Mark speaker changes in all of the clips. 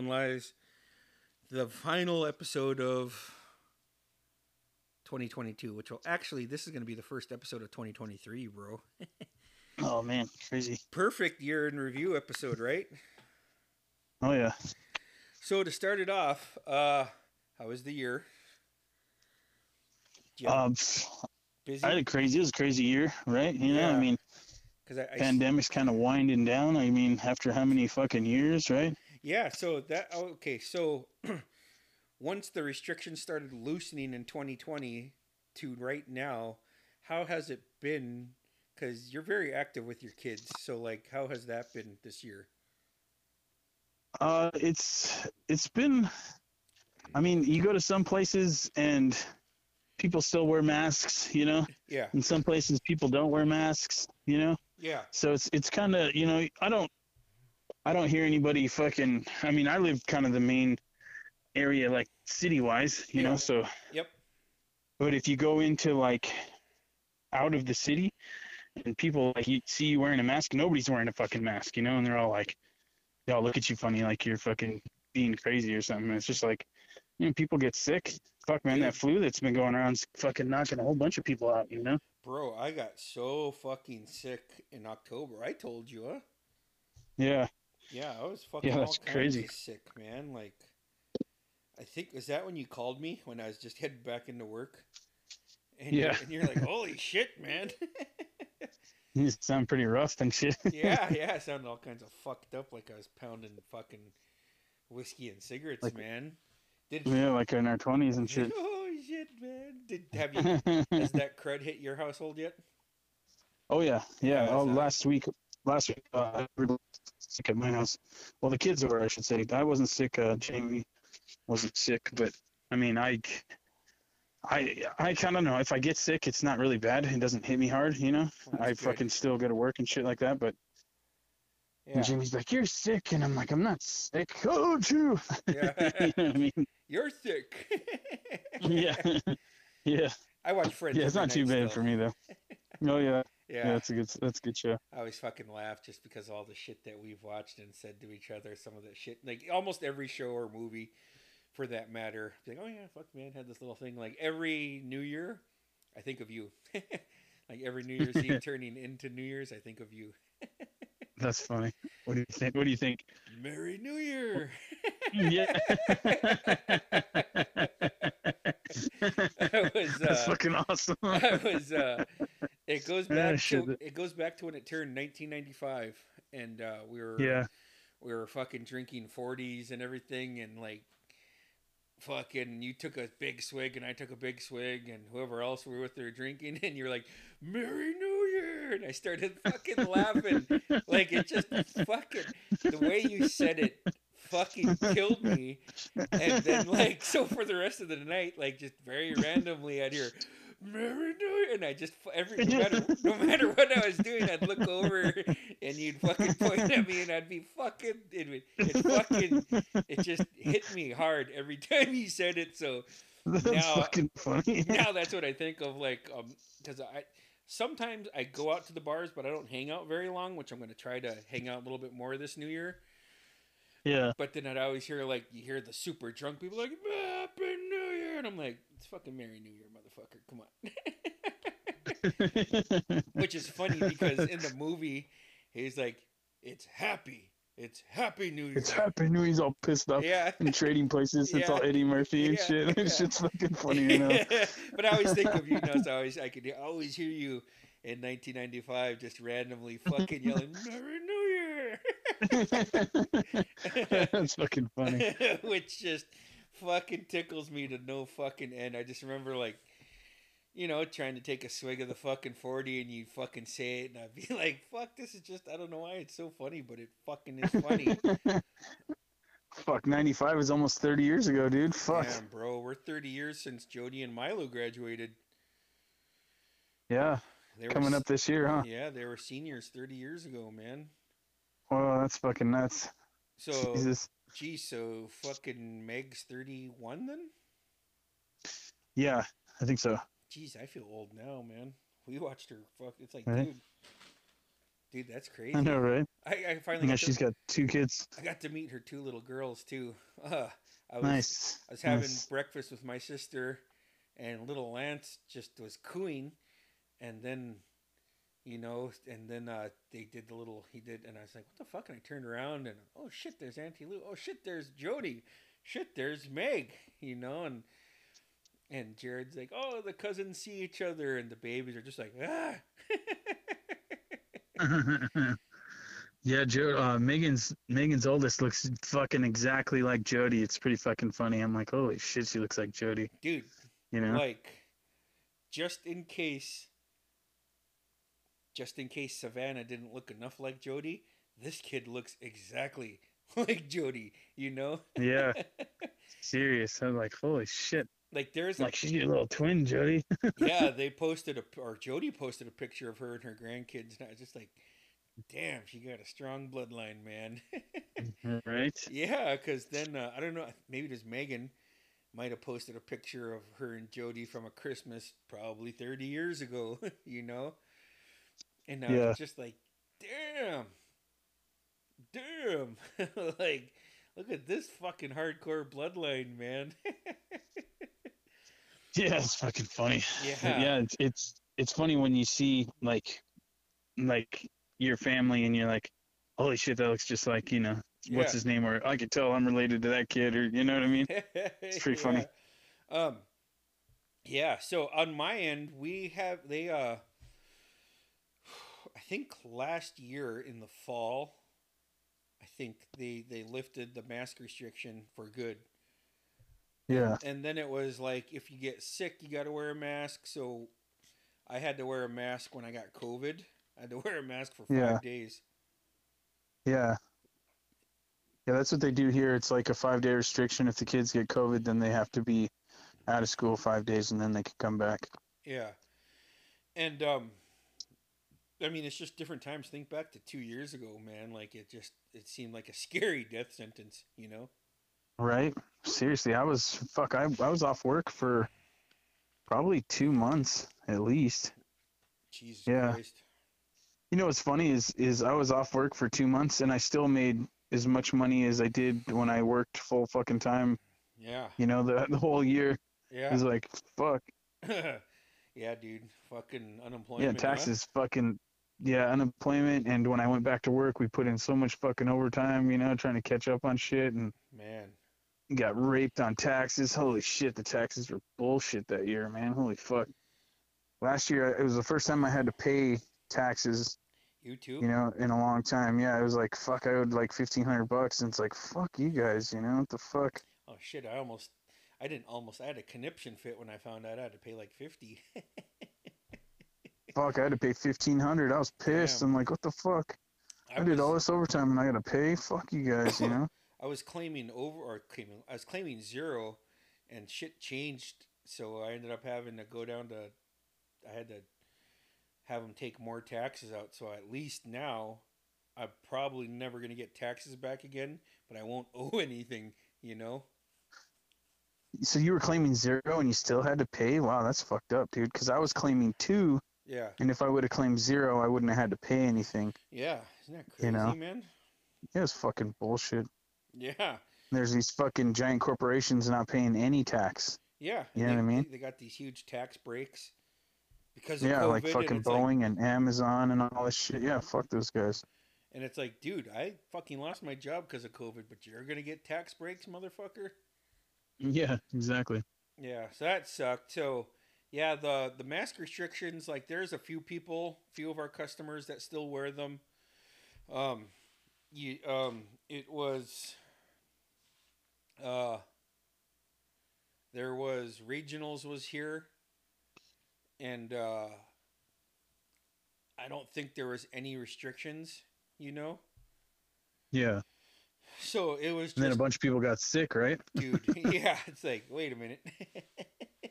Speaker 1: lies the final episode of 2022, which will actually this is going to be the first episode of 2023, bro.
Speaker 2: Oh man, crazy.
Speaker 1: Perfect year in review episode, right?
Speaker 2: Oh yeah.
Speaker 1: So to start it off, uh, how was the year? Yeah,
Speaker 2: Um,
Speaker 1: busy
Speaker 2: I had a crazy. It was a crazy year, right? You know,
Speaker 1: Yeah.
Speaker 2: I mean,
Speaker 1: because I, I
Speaker 2: pandemic's kind of winding down. I mean, after how many fucking years, right?
Speaker 1: Yeah, so that okay, so once the restrictions started loosening in 2020 to right now, how has it been cuz you're very active with your kids. So like how has that been this year?
Speaker 2: Uh, it's it's been. I mean, you go to some places and people still wear masks, you know.
Speaker 1: Yeah.
Speaker 2: In some places, people don't wear masks, you know.
Speaker 1: Yeah.
Speaker 2: So it's it's kind of you know I don't I don't hear anybody fucking. I mean, I live kind of the main area, like city wise, you
Speaker 1: Yeah.
Speaker 2: know. So
Speaker 1: Yep.
Speaker 2: But if you go into like out of the city and people like you see you wearing a mask, nobody's wearing a fucking mask, you know, and they're all like, they all look at you funny, like you're fucking being crazy or something. And it's just like, you know, people get sick. Fuck, man, that flu that's been going around's fucking knocking a whole bunch of people out, you know?
Speaker 1: Bro, I got so fucking sick in October. I told you, huh?
Speaker 2: Yeah.
Speaker 1: Yeah, I was fucking
Speaker 2: Yeah,
Speaker 1: all
Speaker 2: that's
Speaker 1: kinds
Speaker 2: crazy.
Speaker 1: of sick, man. Like I think was that when you called me when I was just headed back into work? And you-
Speaker 2: Yeah.
Speaker 1: and you're like, "Holy shit, man."
Speaker 2: You sound pretty rough and shit.
Speaker 1: yeah, yeah, I sounded all kinds of fucked up, like I was pounding fucking whiskey and cigarettes,
Speaker 2: Like-
Speaker 1: man. Did
Speaker 2: yeah, like in our 20s and shit.
Speaker 1: oh shit, man? Did have you? has that crud hit your household yet?
Speaker 2: Oh yeah, yeah.
Speaker 1: Yeah,
Speaker 2: oh,
Speaker 1: so-
Speaker 2: last week, last week, uh, everybody was sick at my house. Well, the kids were, I should say. I wasn't sick. Uh, Jamie wasn't sick, but I mean, I, I, I kind of know. If I get sick, it's not really bad. It doesn't hit me hard, you know.
Speaker 1: Well,
Speaker 2: I
Speaker 1: that's good.
Speaker 2: fucking still go to work and shit like that. But
Speaker 1: Yeah.
Speaker 2: Jamie's like, "You're sick," and I'm like, "I'm not sick." Oh, true.
Speaker 1: yeah.
Speaker 2: you know what I mean?
Speaker 1: You're sick.
Speaker 2: Yeah, yeah,
Speaker 1: I watch Friends.
Speaker 2: yeah. It's
Speaker 1: every
Speaker 2: not too
Speaker 1: night
Speaker 2: bad
Speaker 1: still.
Speaker 2: for me though. Oh yeah, yeah.
Speaker 1: Yeah.
Speaker 2: That's a good. That's a good show.
Speaker 1: I always fucking laugh just because all the shit that we've watched and said to each other, some of that shit, like almost every show or movie, for that matter. Like, oh yeah, fuck man, had this little thing. Like every New Year, I think of you. like every New Year's Eve turning into New Year's, I think of you.
Speaker 2: That's funny. What do you think? What do you think?
Speaker 1: Merry New Year.
Speaker 2: yeah.
Speaker 1: That was,
Speaker 2: That's
Speaker 1: uh,
Speaker 2: fucking awesome.
Speaker 1: I was. Uh, it goes
Speaker 2: Yeah,
Speaker 1: back
Speaker 2: shit.
Speaker 1: to it goes back to when it turned 1995, and uh, we were
Speaker 2: yeah,
Speaker 1: we were fucking drinking 40s and everything and like fucking you took a big swig and I took a big swig and whoever else we were with they were drinking and you're like Merry New Year and I started fucking laughing like it just fucking the way you said it fucking killed me and then like so for the rest of the night like just very randomly I'd hear Merry New Year and I just every no matter, no matter what I was doing I'd look over and you'd fucking point at me and I'd be fucking it, would- it fucking it just hit me hard every time you said it so
Speaker 2: that's
Speaker 1: now-
Speaker 2: fucking funny.
Speaker 1: now that's what I think of like um because I sometimes I go out to the bars but I don't hang out very long which I'm gonna try to hang out a little bit more this new year
Speaker 2: Yeah,
Speaker 1: but then I'd always hear like you hear the super drunk people like Happy New Year and I'm like it's fucking Merry New Year motherfucker come on which is funny because in the movie he's like it's happy it's happy New Year
Speaker 2: it's Happy New Year's. All pissed off
Speaker 1: yeah
Speaker 2: and trading places. It's
Speaker 1: Yeah.
Speaker 2: all Eddie Murphy and
Speaker 1: Yeah,
Speaker 2: shit. That
Speaker 1: yeah.
Speaker 2: shit's fucking funny. You know?
Speaker 1: but I always think of you now. So I always I could always hear you in 1995 just randomly fucking yelling Merry New
Speaker 2: that's fucking funny.
Speaker 1: Year, which just fucking tickles me to no fucking end. I just remember like. You know, trying to take a swig of the fucking 40 and you fucking say it, and I'd be like, fuck, this is just, I don't know why it's so funny, but it fucking is funny.
Speaker 2: Fuck, '95 was almost 30 years ago, dude. Fuck.
Speaker 1: Damn, bro, we're 30 years since Jody and Milo graduated.
Speaker 2: Yeah,
Speaker 1: They
Speaker 2: coming
Speaker 1: were,
Speaker 2: up this year, huh?
Speaker 1: Yeah, they were seniors 30 years ago, man.
Speaker 2: Whoa, that's fucking nuts.
Speaker 1: So,
Speaker 2: Jesus.
Speaker 1: gee, so fucking Meg's 31 then?
Speaker 2: Yeah, I think so.
Speaker 1: Jeez, I feel old now, man. We watched her fuck. It's like,
Speaker 2: Right.
Speaker 1: dude, Dude, that's crazy.
Speaker 2: I know, right?
Speaker 1: I, I finally
Speaker 2: Now
Speaker 1: got to-
Speaker 2: she's got two kids.
Speaker 1: I got to meet her two little girls too. Uh, I was
Speaker 2: Nice.
Speaker 1: I was having
Speaker 2: Nice.
Speaker 1: breakfast with my sister, and little Lance just was cooing, and then, you know, and then uh, they did the little he did, and I was like, "What the fuck?" And I turned around, and oh shit, there's Auntie Lou. Oh shit, there's Jody. Shit, there's Meg. You know, and and Jared's like, "Oh, the cousins see each other," and the babies are just like, "Ah."
Speaker 2: yeah, Joe. Uh, Megan's Megan's oldest looks fucking exactly like Jody. It's pretty fucking funny. I'm like, holy shit, she looks like Jody.
Speaker 1: Dude,
Speaker 2: You know?
Speaker 1: like just in case just in case savannah didn't look enough like jody this kid looks exactly like jody you know
Speaker 2: yeah. Serious. I'm like, holy shit.
Speaker 1: like there's a,
Speaker 2: Like she's your little twin, Jody.
Speaker 1: yeah they posted a or jody posted a picture of her and her grandkids and i was just like damn she got a strong bloodline man
Speaker 2: right?
Speaker 1: yeah because then uh, i don't know maybe does megan might have posted a picture of her and Jody from a Christmas probably 30 years ago, you know? And I
Speaker 2: Yeah.
Speaker 1: was just like, damn, damn. like, look at this fucking hardcore bloodline, man.
Speaker 2: Yeah, it's fucking funny.
Speaker 1: yeah.
Speaker 2: But yeah, it's, it's it's funny when you see like like your family and you're like, holy shit, that looks just like you know what's his name or I could tell I'm related to that kid or you know what I mean.
Speaker 1: it's
Speaker 2: pretty funny.
Speaker 1: Um, yeah. So on my end, we have they. Uh, I think last year in the fall, I think they they lifted the mask restriction for good,
Speaker 2: Yeah.
Speaker 1: and then it was like if you get sick, you got to wear a mask. So I had to wear a mask when I got COVID. I had to wear a mask for five
Speaker 2: Yeah.
Speaker 1: days.
Speaker 2: Yeah. Yeah, that's what they do here. It's like a five day restriction. If the kids get COVID, then they have to be out of school five days and then they can come back.
Speaker 1: Yeah. And um I mean it's just different times. Think back to two years ago, man. Like it just it seemed like a scary death sentence, you know?
Speaker 2: Right? Seriously, I was fuck, I, I was off work for probably two months at least.
Speaker 1: Jesus
Speaker 2: Yeah.
Speaker 1: Christ.
Speaker 2: You know what's funny is is I was off work for two months and I still made as much money as I did when I worked full fucking time,
Speaker 1: Yeah.
Speaker 2: you know, the the whole year. It was
Speaker 1: Yeah.
Speaker 2: like fuck.
Speaker 1: yeah, dude. Fucking unemployment.
Speaker 2: Yeah,
Speaker 1: huh?
Speaker 2: taxes fucking yeah, unemployment and when I went back to work we put in so much fucking overtime, you know, trying to catch up on shit and
Speaker 1: Man.
Speaker 2: got raped on taxes. Holy shit, the taxes were bullshit that year, man. Holy fuck. Last year it was the first time I had to pay taxes
Speaker 1: You too?
Speaker 2: you know, in a long time. Yeah, it was like, fuck, I owed like fifteen hundred bucks, and it's like, fuck you guys, you know, what the fuck?
Speaker 1: Oh shit, I almost I didn't almost I had a conniption fit when I found out I had to pay like fifty.
Speaker 2: Fuck, I had to pay fifteen hundred. I was pissed.
Speaker 1: Damn.
Speaker 2: I'm like, what the fuck? I,
Speaker 1: I
Speaker 2: did
Speaker 1: was,
Speaker 2: all this overtime, and I gotta pay. Fuck you guys, you know.
Speaker 1: I was claiming over or claiming I was claiming zero and shit changed so I ended up having to go down to I had to have them take more taxes out so at least now I'm probably never going to get taxes back again but I won't owe anything you know
Speaker 2: so you were claiming zero, and you still had to pay. Wow, that's fucked up, dude. Because I was claiming two,
Speaker 1: yeah
Speaker 2: and if I would have claimed zero, I wouldn't have had to pay anything.
Speaker 1: yeah isn't that crazy
Speaker 2: You know.
Speaker 1: man
Speaker 2: It was fucking bullshit.
Speaker 1: yeah
Speaker 2: There's these fucking giant corporations not paying any tax.
Speaker 1: yeah And
Speaker 2: You know what I
Speaker 1: they-
Speaker 2: mean?
Speaker 1: they, they got these huge tax breaks because of
Speaker 2: Yeah,
Speaker 1: COVID,
Speaker 2: like
Speaker 1: and
Speaker 2: fucking
Speaker 1: it's like-
Speaker 2: Boeing and Amazon and all this shit. Yeah, fuck those guys.
Speaker 1: And it's like, dude, I fucking lost my job because of COVID, but you're gonna get tax breaks, motherfucker.
Speaker 2: Yeah, exactly.
Speaker 1: Yeah, so that sucked. So, yeah, the the mask restrictions, like, there's a few people, few of our customers that still wear them. Um, you, um, it was, uh, there was regionals was here, and uh, I don't think there was any restrictions. You know,
Speaker 2: Yeah.
Speaker 1: so it was
Speaker 2: And then
Speaker 1: just
Speaker 2: a bunch of people got sick, right?
Speaker 1: dude. yeah, it's like, wait a minute.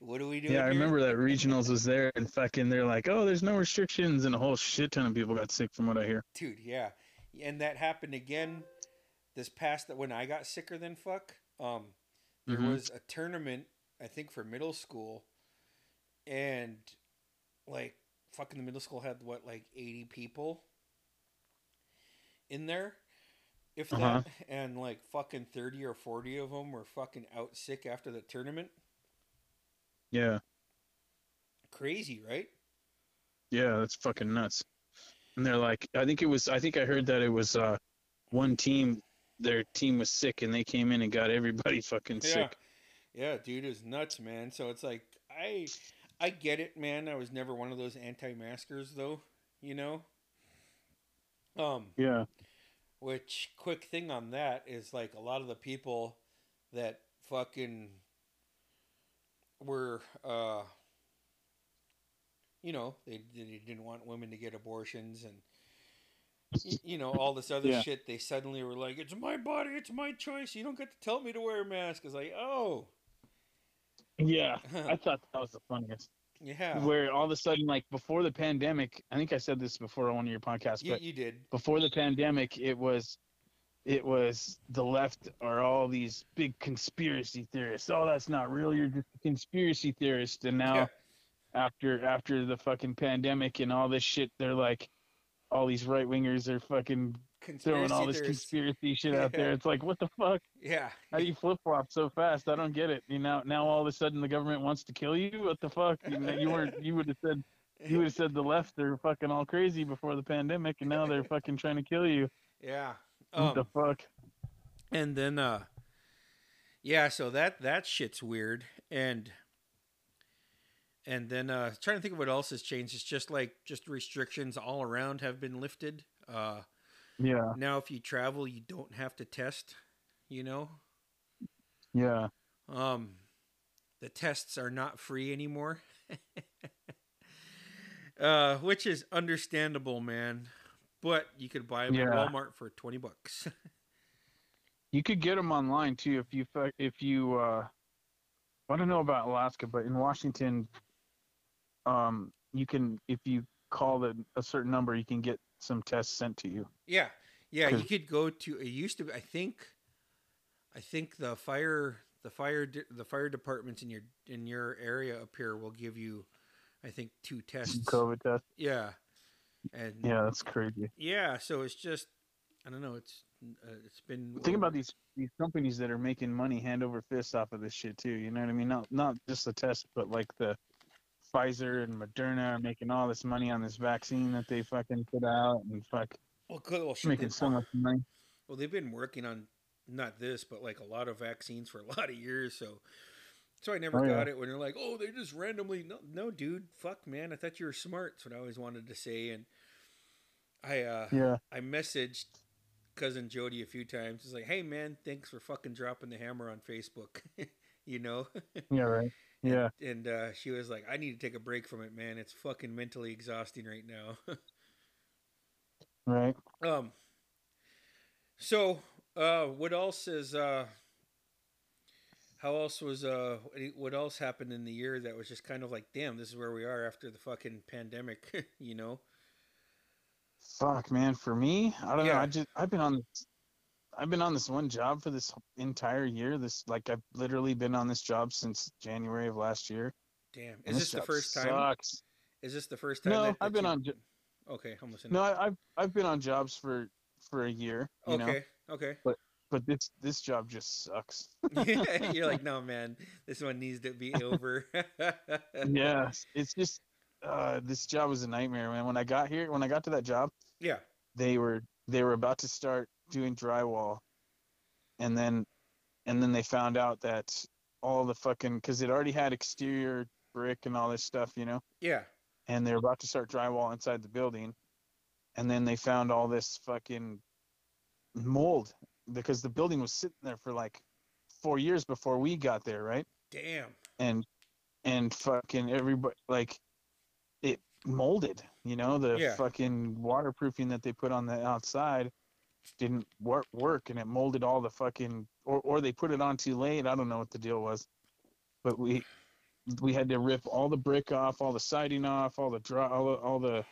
Speaker 1: what are we doing?
Speaker 2: Yeah, I
Speaker 1: here?
Speaker 2: remember that regionals was there and fucking they're like, oh, there's no restrictions, and a whole shit ton of people got sick from what I hear.
Speaker 1: dude. Yeah, and that happened again this past when I got sicker than fuck. Um, there
Speaker 2: Mhm.
Speaker 1: was a tournament I think for middle school, and like fucking the middle school had what like eighty people in there, if that,
Speaker 2: Uh-huh.
Speaker 1: and like fucking thirty or forty of them were fucking out sick after the tournament.
Speaker 2: Yeah.
Speaker 1: Crazy, right?
Speaker 2: Yeah, that's fucking nuts. And they're like, I think it was, I think I heard that it was uh, one team, their team was sick and they came in and got everybody fucking sick.
Speaker 1: Yeah, yeah, dude is nuts, man. So it's like I, I get it, man. I was never one of those anti-maskers, though. You know. Um,
Speaker 2: Yeah.
Speaker 1: Which quick thing on that is like a lot of the people that fucking were uh you know, they, they didn't want women to get abortions and y- you know, all this other
Speaker 2: Yeah.
Speaker 1: shit. They suddenly were like, "It's my body, it's my choice. You don't get to tell me to wear a mask." It's like, "Oh,
Speaker 2: Yeah. I thought that was the funniest.
Speaker 1: yeah,
Speaker 2: Where all of a sudden, like before the pandemic, I think I said this before on one of your podcasts,
Speaker 1: you,
Speaker 2: but
Speaker 1: you did."
Speaker 2: before the pandemic, it was, it was the left are all these big conspiracy theorists. Oh, that's not real. You're just a conspiracy theorist. And now
Speaker 1: Yeah.
Speaker 2: after after the fucking pandemic and all this shit, they're like, all these right wingers are fucking throwing all this
Speaker 1: theorists.
Speaker 2: conspiracy shit out there.
Speaker 1: Yeah.
Speaker 2: It's like, what the fuck?
Speaker 1: Yeah.
Speaker 2: How do you flip flop so fast? I don't get it. You know, now all of a sudden the government wants to kill you. What the fuck? You, know, you weren't. You would have said. You would have said the left are fucking all crazy before the pandemic, and now they're fucking trying to kill you.
Speaker 1: yeah.
Speaker 2: What
Speaker 1: Um,
Speaker 2: the fuck?
Speaker 1: and then uh yeah so that that shit's weird and and then uh trying to think of what else has changed it's just like just restrictions all around have been lifted uh
Speaker 2: Yeah,
Speaker 1: now if you travel you don't have to test you know
Speaker 2: yeah,
Speaker 1: um the tests are not free anymore uh which is understandable man but you could buy them
Speaker 2: Yeah.
Speaker 1: at walmart for 20 bucks
Speaker 2: you could get them online too if you fu- if you. uh I don't know about Alaska, but in Washington, um, you can if you call the, a certain number, you can get some tests sent to you.
Speaker 1: Yeah, yeah. You
Speaker 2: Cause-
Speaker 1: could go to. It used to. be- I think. I think the fire, the fire, de- the fire departments in your in your area up here will give you, I think, two tests.
Speaker 2: COVID test.
Speaker 1: Yeah, and yeah.
Speaker 2: Yeah, that's crazy.
Speaker 1: So it's just, I don't know. It's uh, it's been.
Speaker 2: Think about these these companies that are making money hand over fist off of this shit too. You know what I mean? Not not just the test, but like the Pfizer and Moderna are making all this money on this vaccine that they fucking put out and fuck
Speaker 1: Well, good, well, shit,
Speaker 2: making
Speaker 1: they-
Speaker 2: so much money.
Speaker 1: well, they've been working on not this, but like a lot of vaccines for a lot of years. So. So I never
Speaker 2: Oh, yeah.
Speaker 1: got it when they're like, "Oh, they just randomly." No, no, dude, fuck, man. I thought you were smart. That's what I always wanted to say, and I uh,
Speaker 2: Yeah,
Speaker 1: I messaged cousin Jody a few times. It's like, hey man, thanks for fucking dropping the hammer on Facebook. you know,
Speaker 2: yeah, right. Yeah,
Speaker 1: and uh, she was like, I need to take a break from it, man. It's fucking mentally exhausting right now.
Speaker 2: right.
Speaker 1: um. So, uh, what else is uh? How else was uh? any- What else happened in the year that was just kind of like, damn, this is where we are after the fucking pandemic, you know?
Speaker 2: Fuck, man. For me, I don't know.
Speaker 1: Yeah.
Speaker 2: I just I've been on this, I've been on this one job for this entire year. This like I've literally been on this job since January of last year.
Speaker 1: Damn,
Speaker 2: and
Speaker 1: is this the
Speaker 2: job
Speaker 1: first time?
Speaker 2: Sucks.
Speaker 1: Is this the first time?
Speaker 2: No,
Speaker 1: that, that
Speaker 2: I've been
Speaker 1: you-
Speaker 2: on j-
Speaker 1: Okay, I'm listening.
Speaker 2: No, I, I've I've been on jobs for for a year. You
Speaker 1: okay,
Speaker 2: know,
Speaker 1: okay.
Speaker 2: but this this job just sucks.
Speaker 1: You're like, no, man, this one needs to be over.
Speaker 2: yeah, it's just uh, this job was a nightmare, man. When I got here, when I got to that job,
Speaker 1: yeah.
Speaker 2: they were they were about to start doing drywall, and then and then they found out that all the fucking because it already had exterior brick and all this stuff, you know.
Speaker 1: Yeah.
Speaker 2: and they're about to start drywall inside the building and then they found all this fucking mold because the building was sitting there for like four years before we got there right
Speaker 1: Damn.
Speaker 2: and and fucking everybody like it molded you know the
Speaker 1: Yeah.
Speaker 2: fucking waterproofing that they put on the outside didn't work work and it molded all the fucking or, or they put it on too late i don't know what the deal was but we we had to rip all the brick off all the siding off all the draw all, the- all the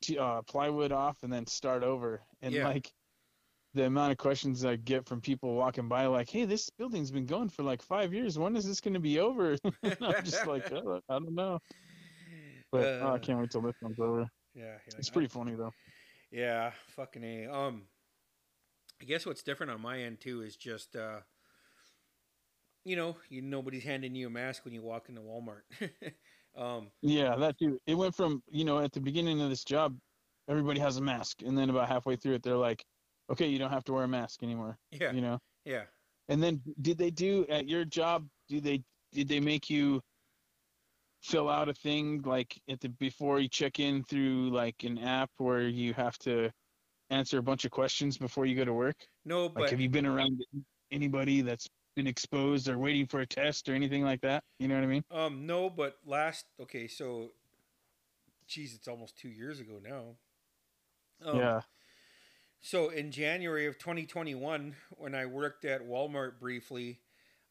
Speaker 2: t- uh, plywood off and then start over and
Speaker 1: Yeah.
Speaker 2: like the amount of questions i get from people walking by like hey this building's been going for like five years when is this going to be over And i'm just like "Oh, i don't know but oh, i
Speaker 1: Uh,
Speaker 2: can't wait till this one's over
Speaker 1: Yeah. you're like,
Speaker 2: it's
Speaker 1: I-
Speaker 2: pretty funny though
Speaker 1: Yeah, fucking a. Um, I guess what's different on my end too is just, uh, you know, you nobody's handing you a mask when you walk into Walmart. um,
Speaker 2: Yeah, that dude. It went from you know at the beginning of this job, everybody has a mask, and then about halfway through it, they're like, okay, you don't have to wear a mask anymore.
Speaker 1: yeah,
Speaker 2: You know.
Speaker 1: yeah.
Speaker 2: And then did they do at your job? Do they did they make you fill out a thing like at the before you check in through like an app where you have to answer a bunch of questions before you go to work?
Speaker 1: No,
Speaker 2: Like,
Speaker 1: but
Speaker 2: have you been around anybody that's been exposed or waiting for a test or anything like that? You know what I mean?
Speaker 1: Um, no, but last okay, so, geez, it's almost two years ago now. Um,
Speaker 2: yeah.
Speaker 1: So in January of 2021, when I worked at Walmart briefly,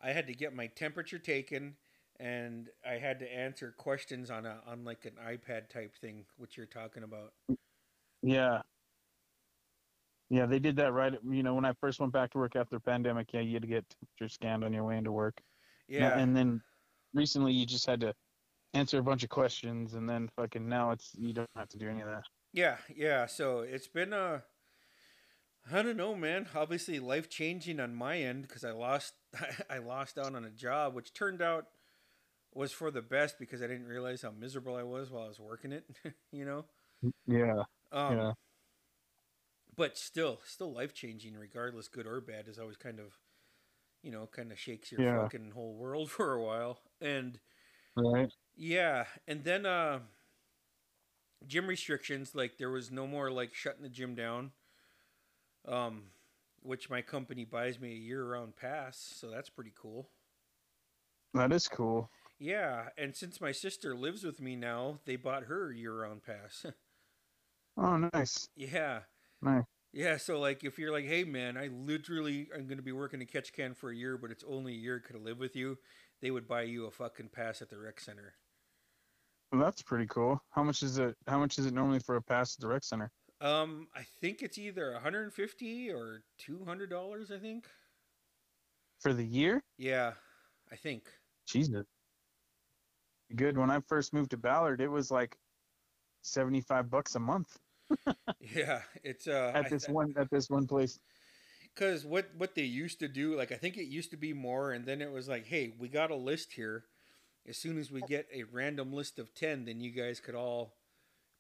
Speaker 1: I had to get my temperature taken, and I had to answer questions on a on like an iPad type thing, which you're talking about.
Speaker 2: Yeah. Yeah, they did that right. at- You know, when I first went back to work after the pandemic, yeah, you had to get temperature scanned on your way into work.
Speaker 1: Yeah,
Speaker 2: And then recently, you just had to answer a bunch of questions, and then fucking now it's you don't have to do any of that.
Speaker 1: yeah, yeah. So it's been a. I don't know, man. Obviously, life changing on my end because I lost, I lost out on a job, which turned out was for the best because I didn't realize how miserable I was while I was working it. you know.
Speaker 2: Yeah.
Speaker 1: Um,
Speaker 2: Yeah.
Speaker 1: But still, still life changing, regardless, good or bad, is always kind of, you know, kind of shakes your
Speaker 2: Yeah.
Speaker 1: fucking whole world for a while. And
Speaker 2: Right.
Speaker 1: yeah, and then uh, gym restrictions, like there was no more like shutting the gym down, um, which my company buys me a year-round pass, so that's pretty cool.
Speaker 2: That is cool.
Speaker 1: Yeah, and since my sister lives with me now, they bought her a year-round pass.
Speaker 2: Oh, nice.
Speaker 1: yeah.
Speaker 2: Nice.
Speaker 1: Yeah, so like if you're like, hey man, I literally I'm gonna be working in catch can for a year, but it's only a year could I live with you, they would buy you a fucking pass at the rec center.
Speaker 2: Well, that's pretty cool. How much is it? How much is it normally for a pass at the rec center?
Speaker 1: Um, I think it's either 150 or 200 dollars. I think.
Speaker 2: For the year?
Speaker 1: Yeah, I think.
Speaker 2: Jesus. Good. When I first moved to Ballard, it was like seventy-five bucks a month
Speaker 1: Yeah, it's uh
Speaker 2: at this one at this one place.
Speaker 1: because what what they used to do, like I think it used to be more, and then it was like, hey, we got a list here. As soon as we get a random list of 10, then you guys could all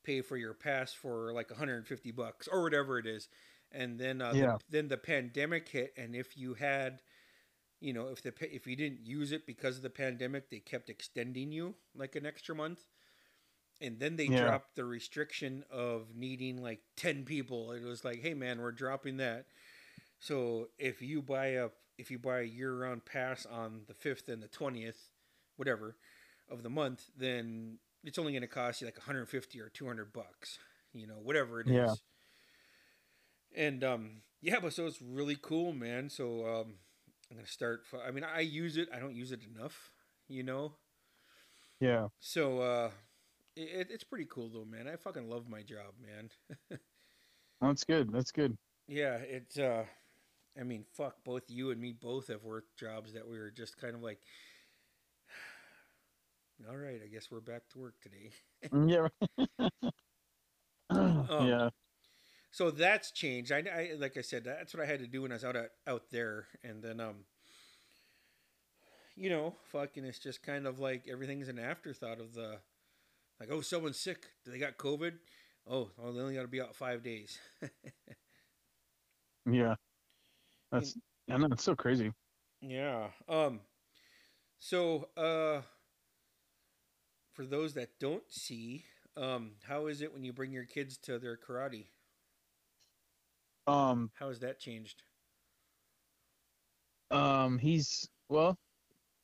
Speaker 1: pay for your pass for like 150 bucks or whatever it is and then uh,
Speaker 2: Yeah.
Speaker 1: then the pandemic hit and if you had you know if the pa- if you didn't use it because of the pandemic they kept extending you like an extra month and then they
Speaker 2: Yeah.
Speaker 1: dropped the restriction of needing like 10 people it was like hey man we're dropping that so if you buy a if you buy a year round pass on the 5th and the 20th whatever of the month then it's only going to cost you like 150 or 200 bucks you know whatever it is
Speaker 2: Yeah.
Speaker 1: and um yeah but so it's really cool man so um i'm going to start fu- i mean i use it i don't use it enough you know
Speaker 2: Yeah.
Speaker 1: so uh it, it's pretty cool though man i fucking love my job man
Speaker 2: That's good. That's good.
Speaker 1: Yeah, it's uh I mean, fuck, both you and me both have worked jobs that we were just kind of like all right, I guess we're back to work today.
Speaker 2: Yeah. yeah.
Speaker 1: So that's changed. I, I like I said, that's what I had to do when I was out at, out there and then um you know, fucking it's just kind of like everything's an afterthought of the like oh, someone's sick. Do they got COVID? Oh, oh they only got to be out 5 days.
Speaker 2: Yeah. That's I know it's so crazy.
Speaker 1: Yeah. Um so uh for those that don't see, um how is it when you bring your kids to their karate?
Speaker 2: Um
Speaker 1: How has that changed?
Speaker 2: um he's well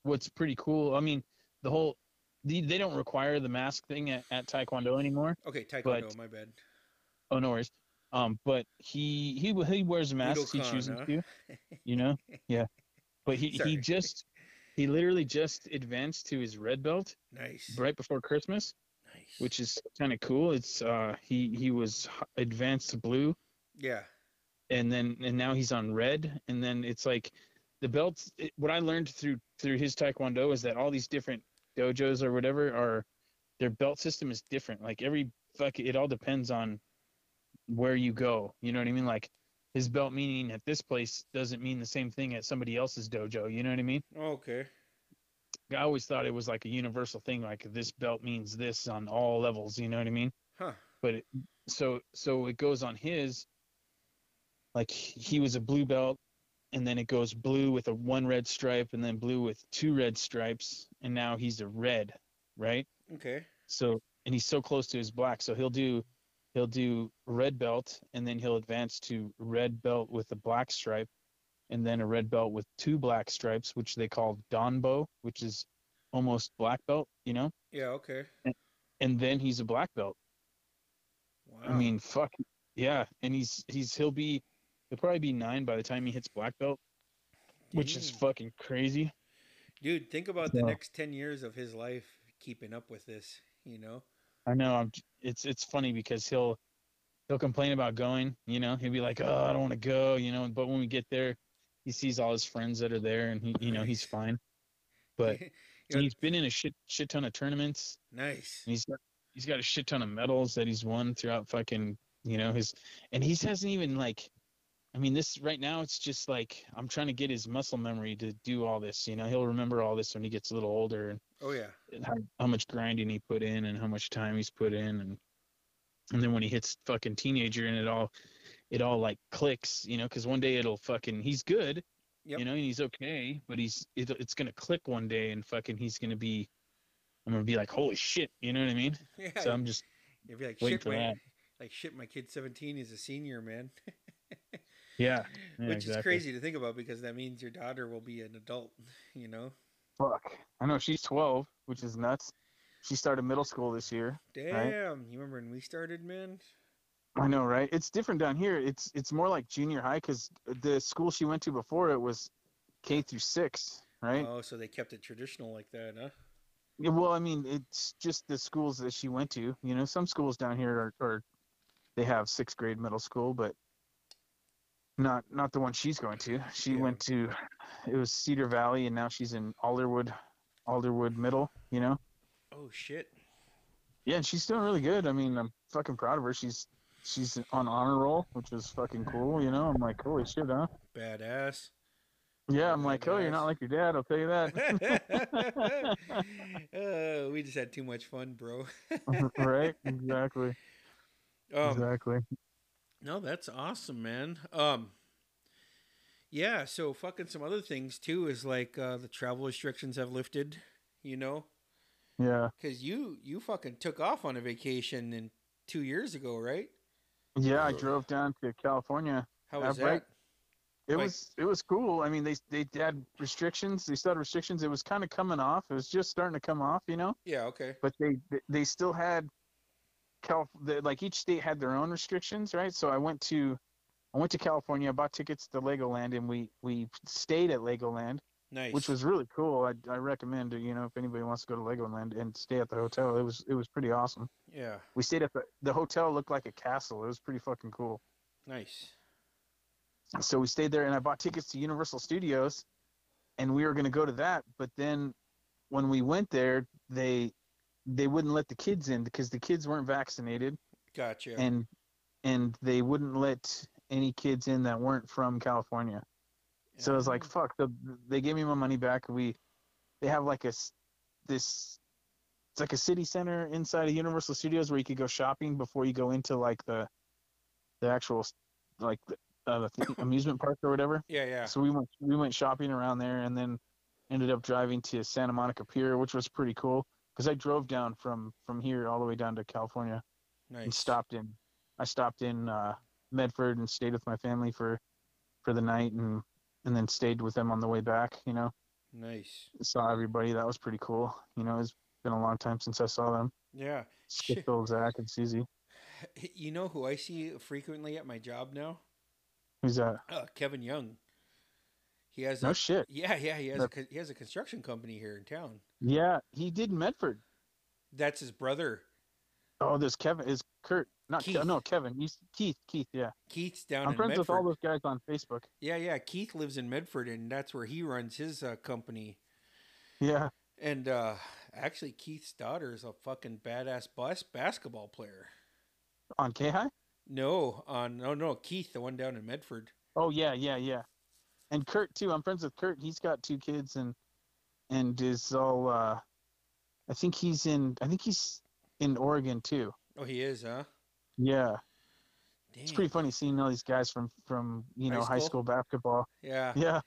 Speaker 2: what's pretty cool, I mean, the whole the, they don't require the mask thing at, at Taekwondo anymore.
Speaker 1: Okay, taekwondo,
Speaker 2: But-
Speaker 1: my bad.
Speaker 2: Oh no worries. Um but he he he wears a mask, he
Speaker 1: Budokan,
Speaker 2: chooses
Speaker 1: huh?
Speaker 2: to. You know? Yeah. But he,
Speaker 1: Sorry.
Speaker 2: he just he literally just advanced to his red belt
Speaker 1: Nice.
Speaker 2: right before Christmas,
Speaker 1: nice.
Speaker 2: which is kind of cool. It's uh he he was h- advanced to blue
Speaker 1: Yeah.
Speaker 2: and then and now he's on red and then it's like the belts it, what i learned through through his taekwondo is that all these different dojos or whatever are their belt system is different like every fuck it all depends on where you go. You know what I mean? Like his belt meaning at this place doesn't mean the same thing at somebody else's dojo. You know what I mean?
Speaker 1: oh, Okay.
Speaker 2: I always thought it was like a universal thing. Like this belt means this on all levels. You know what I mean?
Speaker 1: Huh.
Speaker 2: But it, so so it goes on his. Like he was a blue belt, and then it goes blue with a one red stripe, and then blue with two red stripes, and now he's a red, right?
Speaker 1: Okay.
Speaker 2: So and he's so close to his black, so he'll do he'll do red belt, and then he'll advance to red belt with a black stripe, and then a red belt with two black stripes, which they call donbo, which is almost black belt, you know.
Speaker 1: Yeah. Okay.
Speaker 2: And then he's a black belt.
Speaker 1: Wow.
Speaker 2: I mean, fuck yeah. And he's he's he'll be he'll probably be nine by the time he hits black belt, which is
Speaker 1: Damn.
Speaker 2: fucking crazy.
Speaker 1: Mm. dude. Think about the
Speaker 2: Yeah.
Speaker 1: next ten years of his life keeping up with this. You know.
Speaker 2: I know. I'm, it's it's funny because he'll he'll complain about going. You know, he'll be like, "Oh, I don't want to go." You know, but when we get there, he sees all his friends that are there, and he you know he's fine. But
Speaker 1: You know,
Speaker 2: he's been in a shit shit ton of tournaments.
Speaker 1: nice.
Speaker 2: And he's got- he's got a shit ton of medals that he's won throughout fucking you know his and he hasn't even like I mean this right now it's just like I'm trying to get his muscle memory to do all this you know he'll remember all this when he gets a little older and
Speaker 1: Oh yeah.
Speaker 2: and how, how much grinding he put in and how much time he's put in and and then when he hits fucking teenager and it all it all like clicks you know because one day it'll fucking he's good
Speaker 1: Yep.
Speaker 2: you know and he's okay but he's it, it's gonna click one day and fucking he's gonna be i'm gonna be like holy shit you know what i mean
Speaker 1: Yeah.
Speaker 2: so i'm just
Speaker 1: you'd be like
Speaker 2: waiting
Speaker 1: shit.
Speaker 2: for
Speaker 1: My,
Speaker 2: that.
Speaker 1: like shit. My kid's seventeen. He's a senior, man.
Speaker 2: yeah Yeah,
Speaker 1: Which is
Speaker 2: exactly.
Speaker 1: crazy to think about because that means your daughter will be an adult. You know.
Speaker 2: fuck i know she's 12 which is nuts she started middle school this year
Speaker 1: Damn. You remember when we started, man?
Speaker 2: I know, right? It's different down here. It's it's more like junior high because the school she went to before it was K through six, right?
Speaker 1: Oh, so they kept it traditional like that, huh?
Speaker 2: Yeah, well, I mean, it's just the schools that she went to. You know, some schools down here are, are they have sixth grade middle school, but not not the one she's going to. She
Speaker 1: Yeah.
Speaker 2: went to it was Cedar Valley, and now she's in Alderwood, Alderwood Middle. You know,
Speaker 1: Oh shit.
Speaker 2: yeah, and she's doing really good. I mean, I'm fucking proud of her. She's she's on honor roll, which is fucking cool. You know, I'm like, holy shit, huh?
Speaker 1: Badass.
Speaker 2: Yeah, I'm
Speaker 1: Oh,
Speaker 2: like, oh, you're
Speaker 1: nice.
Speaker 2: not like your dad. I'll tell you that.
Speaker 1: uh, we just had too much fun, bro.
Speaker 2: right? Exactly.
Speaker 1: Um,
Speaker 2: exactly.
Speaker 1: no, that's awesome, man. Um, yeah. So fucking some other things too is like uh, the travel restrictions have lifted. You know,
Speaker 2: Yeah.
Speaker 1: because you you fucking took off on a vacation in two years ago, right?
Speaker 2: Yeah. I
Speaker 1: Ugh.
Speaker 2: drove down to California.
Speaker 1: How was
Speaker 2: Uh, right.
Speaker 1: that?
Speaker 2: It
Speaker 1: Like-
Speaker 2: was it was cool. I mean, they they had restrictions. They still had restrictions. It was kind of coming off. It was just starting to come off, you know.
Speaker 1: Yeah. Okay.
Speaker 2: But they they- they still had, Cal the, like each state had their own restrictions, right? So I went to, I went to California. I bought tickets to Legoland, and we we stayed at Legoland.
Speaker 1: Nice.
Speaker 2: which was really cool. I, I recommend it, you know if anybody wants to go to Legoland and stay at the hotel. It was it was pretty awesome.
Speaker 1: yeah.
Speaker 2: We stayed at the the hotel looked like a castle. It was pretty fucking cool.
Speaker 1: Nice.
Speaker 2: So we stayed there, and I bought tickets to Universal Studios, and we were gonna go to that. But then when we went there, they they wouldn't let the kids in because the kids weren't vaccinated,
Speaker 1: Gotcha.
Speaker 2: and and they wouldn't let any kids in that weren't from California. So I was like,
Speaker 1: Oh,
Speaker 2: fuck. The, they gave me my money back. We, they have like a, s- this, it's like a city center inside of Universal Studios where you could go shopping before you go into like the, the actual, s- like the, uh, the theme- amusement park or whatever.
Speaker 1: yeah, yeah.
Speaker 2: So we went we went shopping around there and then ended up driving to Santa Monica Pier, which was pretty cool because I drove down from from here all the way down to California
Speaker 1: Nice.
Speaker 2: and stopped in. I stopped in uh, Medford and stayed with my family for for the night and and then stayed with them on the way back. You know,
Speaker 1: Nice.
Speaker 2: saw everybody. That was pretty cool. You know, it's been a long time since I saw them.
Speaker 1: Yeah. Shit.
Speaker 2: Skipple, Zach, and Susie.
Speaker 1: You know who I see frequently at my job now?
Speaker 2: Who's that?
Speaker 1: Uh, Kevin Young. He has
Speaker 2: No
Speaker 1: a,
Speaker 2: shit.
Speaker 1: yeah, yeah. He has a,
Speaker 2: Yep.
Speaker 1: co- he has a construction company here in town.
Speaker 2: Yeah, he did Medford.
Speaker 1: That's his brother.
Speaker 2: Oh, there's Kevin. Is Kurt? Not Ke-
Speaker 1: Keith.
Speaker 2: no Kevin. He's Keith. Keith. Yeah,
Speaker 1: Keith's down
Speaker 2: I'm
Speaker 1: in
Speaker 2: friends
Speaker 1: Medford.
Speaker 2: with all those guys on Facebook.
Speaker 1: Yeah, yeah. Keith lives in Medford, and that's where he runs his uh, company.
Speaker 2: Yeah.
Speaker 1: And uh, actually, Keith's daughter is a fucking badass bus basketball player.
Speaker 2: On K High?
Speaker 1: No, uh, no, no. Keith, the one down in Medford.
Speaker 2: Oh yeah, yeah, yeah. And Kurt too. I'm friends with Kurt. He's got two kids and and is all. Uh, I think he's in. I think he's in Oregon too.
Speaker 1: Oh, he is, huh?
Speaker 2: Yeah, it's
Speaker 1: Dang.
Speaker 2: pretty funny seeing all these guys from from you know
Speaker 1: Hmm. High
Speaker 2: high
Speaker 1: school?
Speaker 2: school basketball.
Speaker 1: Yeah.
Speaker 2: Yeah,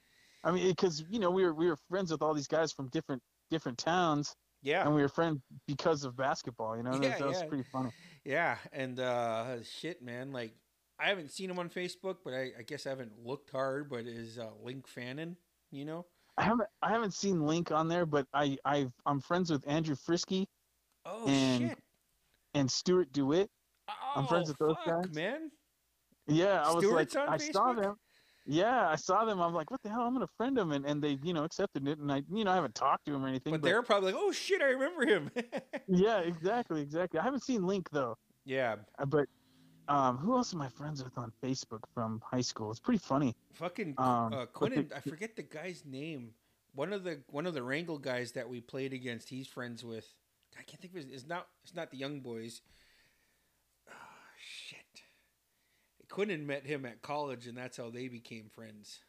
Speaker 2: I mean because you know we were we were friends with all these guys from different different towns,
Speaker 1: Yeah.
Speaker 2: and we were friends because of basketball. You know,
Speaker 1: Yeah,
Speaker 2: that, that was
Speaker 1: yeah.
Speaker 2: pretty funny.
Speaker 1: Yeah, and uh, shit, man. Like, I haven't seen him on Facebook, but I, I guess I haven't looked hard. But is uh, Link Fannin? You know?
Speaker 2: I haven't I haven't seen Link on there, but I I've, I'm friends with Andrew Frisky
Speaker 1: Oh
Speaker 2: And-
Speaker 1: shit!
Speaker 2: and Stuart Dewitt.
Speaker 1: Oh,
Speaker 2: I'm friends with those
Speaker 1: fuck,
Speaker 2: guys.
Speaker 1: man.
Speaker 2: Yeah, I was
Speaker 1: Stewart's
Speaker 2: like,
Speaker 1: on
Speaker 2: I saw
Speaker 1: Facebook?
Speaker 2: them. Yeah, I saw them. I'm like, what the hell? I'm gonna friend them, and, and they, you know, accepted it. And I, you know, I haven't talked to him or anything.
Speaker 1: But they're probably like, oh shit, I remember him.
Speaker 2: yeah, exactly, exactly. I haven't seen Link though.
Speaker 1: yeah,
Speaker 2: Uh, But um, who else am I friends with on Facebook from high school? It's pretty funny.
Speaker 1: fucking
Speaker 2: Um,
Speaker 1: uh,
Speaker 2: but
Speaker 1: Quinnan.
Speaker 2: the-
Speaker 1: I forget the guy's name. One of the one of the Wrangle guys that we played against. He's friends with. I can't think of his. It's not. It's not the young boys. Oh shit! Quinnan met him at college, and that's how they became friends.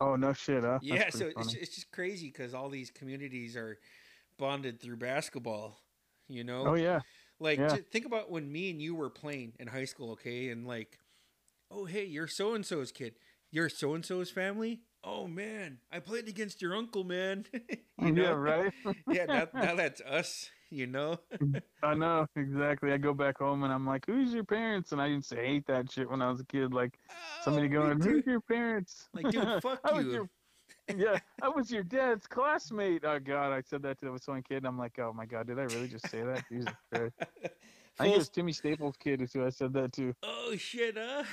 Speaker 2: Oh no shit, huh? That's
Speaker 1: yeah so
Speaker 2: pretty
Speaker 1: it's,
Speaker 2: funny.
Speaker 1: it's just crazy because all these communities are bonded through basketball you know
Speaker 2: oh yeah,
Speaker 1: like
Speaker 2: yeah.
Speaker 1: ju- think about when me and you were playing in high school okay and like oh hey you're so and so's kid you're so and so's family oh man i played against your uncle man you know
Speaker 2: Oh, yeah, right.
Speaker 1: yeah now, now that's us you know
Speaker 2: I know exactly. I go back home and I'm like, "Who's your parents?" And I used to hate that shit when I was a kid. Like somebody
Speaker 1: Oh, me
Speaker 2: going,
Speaker 1: too.
Speaker 2: "Who's your parents?"
Speaker 1: like dude fuck
Speaker 2: I was
Speaker 1: you
Speaker 2: your- yeah, I was your dad's classmate. Oh God, I said that to this one kid. And I'm like, "Oh my God, did I really just say that?" Jesus Christ. I think it
Speaker 1: Full-
Speaker 2: was Timmy Staples' kid is who I said that to.
Speaker 1: oh shit huh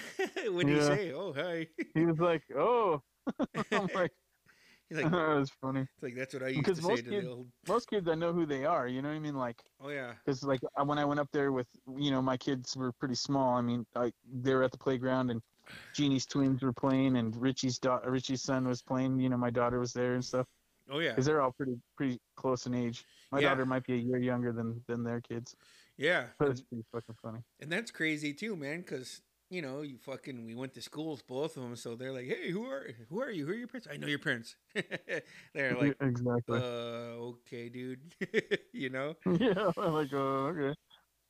Speaker 1: what do you
Speaker 2: Yeah.
Speaker 1: say oh hi
Speaker 2: He was like, "Oh," I'm like,
Speaker 1: He's
Speaker 2: "That
Speaker 1: like,
Speaker 2: was funny."
Speaker 1: it's like that's what i used
Speaker 2: Because
Speaker 1: to say
Speaker 2: most
Speaker 1: to
Speaker 2: kids-
Speaker 1: the old
Speaker 2: Most kids, I know who they are. You know what I mean? Like,
Speaker 1: oh yeah
Speaker 2: because like I- when I went up there with you know my kids were pretty small. I mean, like they were at the playground and Jeannie's twins were playing and Richie's da- Richie's son was playing. You know, my daughter was there and stuff.
Speaker 1: oh yeah
Speaker 2: Because they're all pretty pretty close in age. My
Speaker 1: Yeah.
Speaker 2: daughter might be a year younger than than their kids,
Speaker 1: Yeah,
Speaker 2: but it's pretty fucking funny.
Speaker 1: and that's crazy too, man. Because you know, you fucking we went to schools, both of them. So they're like, "Hey, who are who are you? Who are your parents? I know your parents." they're like,
Speaker 2: Yeah,
Speaker 1: "Uh,
Speaker 2: exactly.
Speaker 1: okay, dude." you know,
Speaker 2: yeah, I'm like oh okay,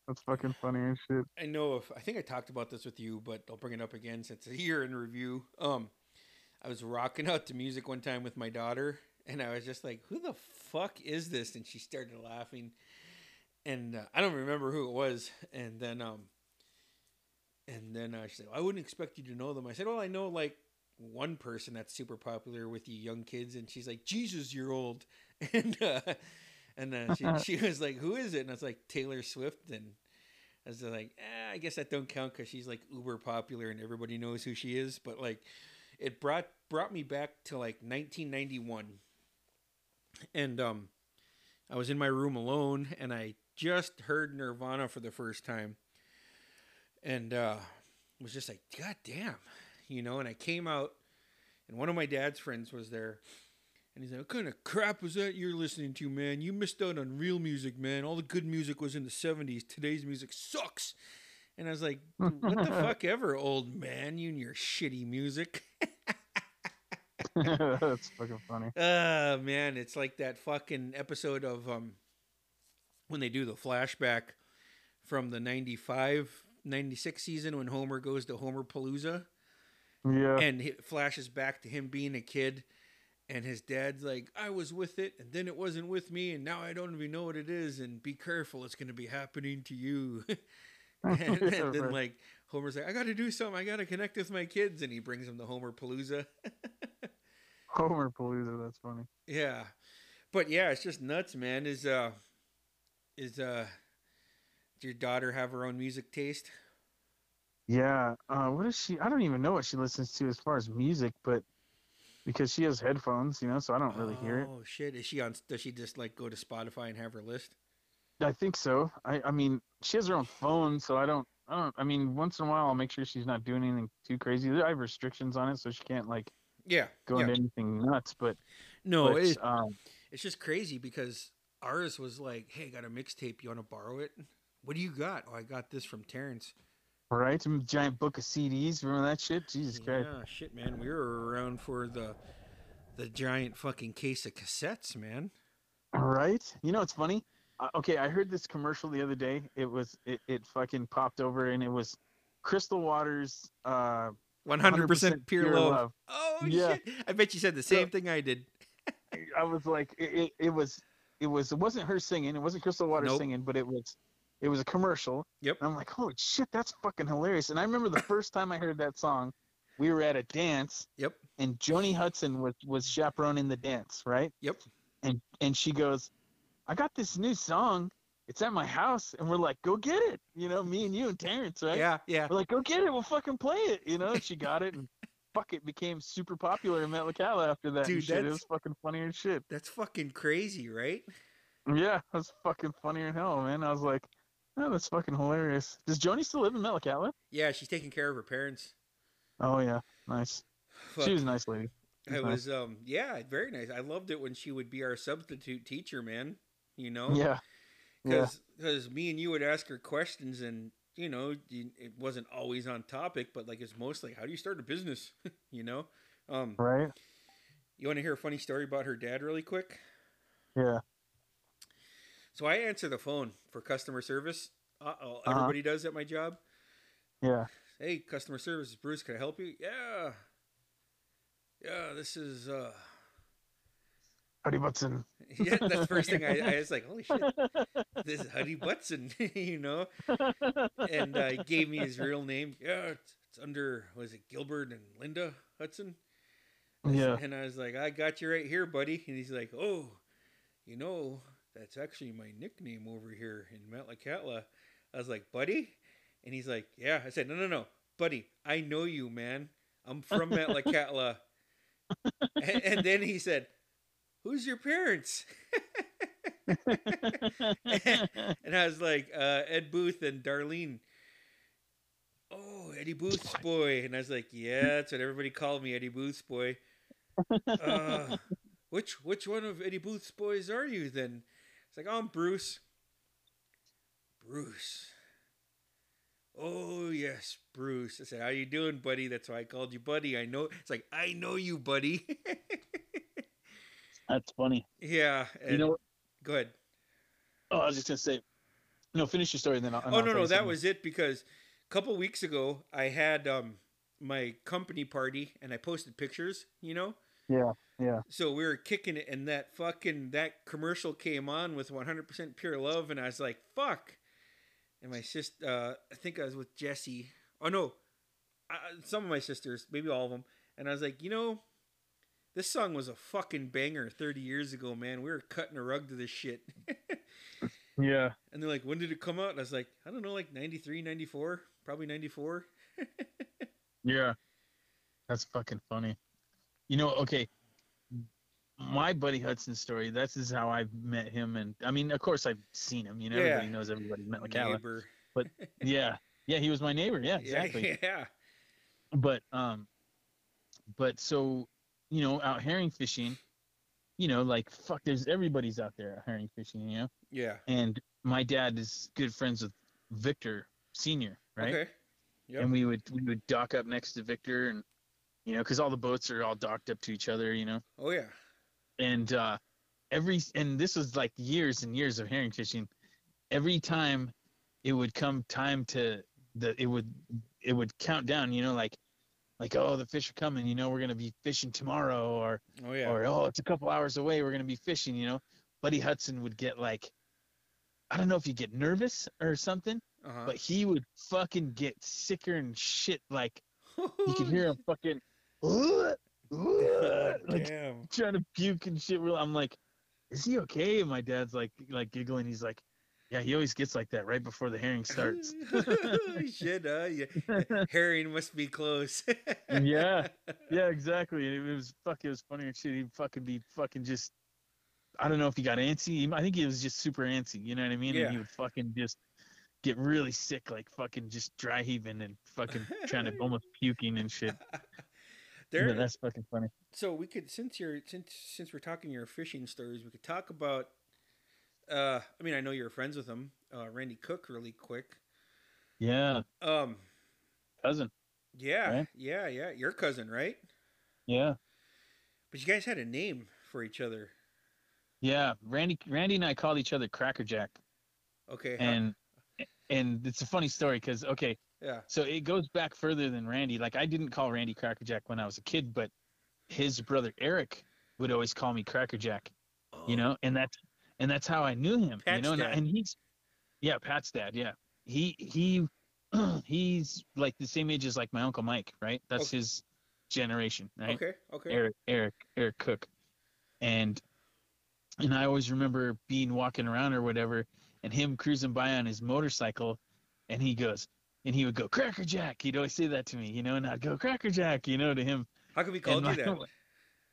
Speaker 2: that's fucking funny and shit.
Speaker 1: I know. If I think I talked about this with you, but I'll bring it up again since it's a year in review. Um, I was rocking out to music one time with my daughter, and I was just like, "Who the fuck is this?" And she started laughing, and uh, I don't remember who it was. And then, um, and then uh, she said, "I wouldn't expect you to know them." I said, "Well, I know like one person that's super popular with you young kids," and she's like, "Jesus, you're old," and uh, and then she, she was like, "Who is it?" And I was like, "Taylor Swift." And I was like, eh, "I guess that don't count because she's like uber popular and everybody knows who she is," but like it brought brought me back to like 1991 and um i was in my room alone and i just heard nirvana for the first time and uh was just like god damn you know and i came out and one of my dad's friends was there and he's like what kind of crap was that you're listening to man you missed out on real music man all the good music was in the 70s today's music sucks and i was like what the fuck ever old man you and your shitty music
Speaker 2: that's fucking funny.
Speaker 1: Oh man, it's like that fucking episode of um when they do the flashback from the 95 96 season when Homer goes to Homer Palooza
Speaker 2: Yeah.
Speaker 1: and it flashes back to him being a kid and his dad's like I was with it and then it wasn't with me and now I don't even know what it is and be careful it's going to be happening to you. and, and
Speaker 2: Yeah,
Speaker 1: then
Speaker 2: right.
Speaker 1: like Homer's like I got to do something I got to connect with my kids and he brings him to Homer Palooza.
Speaker 2: Homer Palooza, that's funny.
Speaker 1: Yeah. But yeah, it's just nuts, man. Is uh is uh does your daughter have her own music taste?
Speaker 2: Yeah. Uh, what is she? I don't even know what she listens to as far as music, but because she has headphones, you know, so I don't really hear it.
Speaker 1: Oh shit. Is she on does she just like go to Spotify and have her list? Oh.
Speaker 2: I think so. I, I mean, she has her own phone, so I don't, I don't, I mean, once in a while I'll make sure she's not doing anything too crazy. I have restrictions on it, so she can't like
Speaker 1: Yeah.
Speaker 2: go
Speaker 1: yeah.
Speaker 2: into anything nuts, but,
Speaker 1: No,
Speaker 2: but,
Speaker 1: it,
Speaker 2: um,
Speaker 1: it's just crazy because ours was like, Hey, I got a mixtape, you wanna borrow it? What do you got? Oh, I got this from Terrence.
Speaker 2: Right, some giant book of CDs. Remember that shit? Jesus Christ.
Speaker 1: Yeah, shit, man. We were around for the the giant fucking case of cassettes, man.
Speaker 2: All right. You know what's funny? Uh, okay, I heard this commercial the other day. It was it, it fucking popped over and it was Crystal Waters. Uh,
Speaker 1: 100%,
Speaker 2: 100%
Speaker 1: pure,
Speaker 2: pure
Speaker 1: love.
Speaker 2: love.
Speaker 1: Oh,
Speaker 2: Yeah.
Speaker 1: shit. I bet you said the same thing I did.
Speaker 2: I was like, it, it, it was it was it wasn't her singing. It wasn't Crystal Waters
Speaker 1: Nope.
Speaker 2: singing, but it was it was a commercial.
Speaker 1: Yep.
Speaker 2: And I'm like, holy shit, that's fucking hilarious. And I remember the first time I heard that song, we were at a dance
Speaker 1: Yep.
Speaker 2: and Joni Hudson was was chaperoning the dance, right?
Speaker 1: Yep.
Speaker 2: And and she goes, "I got this new song. It's at my house." And we're like, "Go get it!" You know, me and you and Terrence, right?
Speaker 1: Yeah, yeah.
Speaker 2: We're like, "Go get it. We'll fucking play it." You know, and she got it, and fuck, it became super popular in Metlakatla after that. and
Speaker 1: Dude,
Speaker 2: shit. it
Speaker 1: that's-
Speaker 2: was fucking funnier as shit.
Speaker 1: That's fucking crazy, right?
Speaker 2: Yeah, it was fucking funnier than hell, man. I was like, "Oh, that's fucking hilarious." Does Joni still live in Metlakatla?
Speaker 1: Yeah, she's taking care of her parents.
Speaker 2: Oh yeah, nice.
Speaker 1: Fuck.
Speaker 2: She was a nice lady.
Speaker 1: I
Speaker 2: nice.
Speaker 1: was um yeah, very nice. I loved it when she would be our substitute teacher, man. You know?
Speaker 2: Yeah. Yeah.
Speaker 1: because me and you would ask her questions and you know you- it wasn't always on topic but like it's mostly how do you start a business you know um
Speaker 2: Right.
Speaker 1: you want to hear a funny story about her dad really quick
Speaker 2: Yeah.
Speaker 1: so i answer the phone for customer service uh-oh
Speaker 2: Uh-huh.
Speaker 1: everybody does at my job
Speaker 2: Yeah.
Speaker 1: hey customer service is bruce can i help you yeah yeah this is uh
Speaker 2: Howdy Butson.
Speaker 1: yeah that's the first thing i, I was like holy shit this is Huddy Butson, you know, and uh, he gave me his real name. Yeah, it's, it's under was it Gilbert and Linda Hudson? I s-
Speaker 2: Yeah.
Speaker 1: and I was like, I got you right here, buddy. And he's like, Oh, you know, that's actually my nickname over here in Metlakatla. I was like, Buddy, and he's like, Yeah. I said, No, no, no, buddy, I know you, man. I'm from Metlakatla. and, and then he said, Who's your parents? And I was like, uh, Ed Booth and Darlene. Oh, Eddie Booth's boy. And I was like, yeah, that's what everybody called me, Eddie Booth's boy. Uh, which which one of Eddie Booth's boys are you then? It's like, I'm Bruce. Bruce. Oh yes, Bruce. I said, How you doing, buddy? That's why I called you buddy. I know it's like, I know you, buddy.
Speaker 2: That's funny.
Speaker 1: yeah.
Speaker 2: you
Speaker 1: and-
Speaker 2: know,
Speaker 1: go ahead.
Speaker 2: oh, I was just gonna say, no, finish your story, then. I'll, and
Speaker 1: oh
Speaker 2: I'll
Speaker 1: no
Speaker 2: tell
Speaker 1: no
Speaker 2: you
Speaker 1: that
Speaker 2: something.
Speaker 1: was it because a couple weeks ago i had um my company party and i posted pictures you know
Speaker 2: Yeah, yeah.
Speaker 1: so we were kicking it and that fucking that commercial came on with 100% pure love and i was like fuck and my sister uh, i think i was with jesse oh no uh, some of my sisters maybe all of them and i was like you know this song was a fucking banger 30 years ago man we were cutting a rug to this shit
Speaker 2: yeah.
Speaker 1: And they're like, when did it come out? And I was like, I don't know, like 93, 94, probably 94.
Speaker 2: Oh, Yeah. That's fucking funny. You know, okay. My buddy Hudson's story, this is how I met him and I mean, of course I've seen him, you know,
Speaker 1: Yeah.
Speaker 2: everybody knows everybody met McAllen.
Speaker 1: Neighbor.
Speaker 2: Yeah. Yeah, he was my neighbor. Yeah, exactly.
Speaker 1: Yeah.
Speaker 2: but um but so you know out herring fishing you know like fuck there's everybody's out there out herring fishing you know
Speaker 1: Yeah.
Speaker 2: and my dad is good friends with victor senior right
Speaker 1: Okay. Yep.
Speaker 2: and we would we would dock up next to victor and you know because all the boats are all docked up to each other you know
Speaker 1: Oh, yeah.
Speaker 2: and uh every and this was like years and years of herring fishing every time it would come time to the it would it would count down you know like like oh the fish are coming you know we're gonna be fishing tomorrow or
Speaker 1: Oh, yeah.
Speaker 2: or oh it's a couple hours away we're gonna be fishing you know buddy hudson would get like i don't know if you get nervous or something
Speaker 1: Uh-huh.
Speaker 2: but he would fucking get sicker and shit like you could hear him fucking like
Speaker 1: Damn.
Speaker 2: trying to puke and shit. Real, I'm like, is he okay? And my dad's like, like giggling. He's like, yeah, he always gets like that right before the herring starts.
Speaker 1: Shit, huh? Yeah. Herring must be close.
Speaker 2: yeah, yeah, exactly. And it was fuck. It was funny and shit. He'd fucking be fucking just. I don't know if he got antsy. He- I think he was just super antsy. You know what I mean?
Speaker 1: Yeah.
Speaker 2: And he would fucking just get really sick, like fucking just dry heaving and fucking trying to almost puking and shit.
Speaker 1: There,
Speaker 2: But that's fucking funny.
Speaker 1: so we could since you're since since we're talking your fishing stories, we could talk about. Uh, I mean, I know you're friends with him, uh, Randy Cook, really quick.
Speaker 2: Yeah.
Speaker 1: Um,
Speaker 2: cousin.
Speaker 1: Yeah,
Speaker 2: Right?
Speaker 1: yeah, yeah. Your cousin, right?
Speaker 2: Yeah.
Speaker 1: But you guys had a name for each other.
Speaker 2: Yeah. Randy Randy and I called each other Crackerjack.
Speaker 1: Okay. huh?
Speaker 2: And and it's a funny story because okay,
Speaker 1: yeah.
Speaker 2: so it goes back further than Randy. Like I didn't call Randy Crackerjack when I was a kid, but his brother Eric would always call me Crackerjack. you know and that's and that's how i knew him
Speaker 1: Oh. Pat's
Speaker 2: you know and,
Speaker 1: dad.
Speaker 2: and he's yeah pat's dad yeah he he he's like the same age as like my uncle mike right that's
Speaker 1: Okay.
Speaker 2: his generation right
Speaker 1: Okay. Okay.
Speaker 2: eric eric eric cook and and i always remember being walking around or whatever and him cruising by on his motorcycle and he goes and he would go cracker jack he'd always say that to me you know and i'd go cracker jack you know to him
Speaker 1: How could we call
Speaker 2: and
Speaker 1: you
Speaker 2: my-
Speaker 1: that?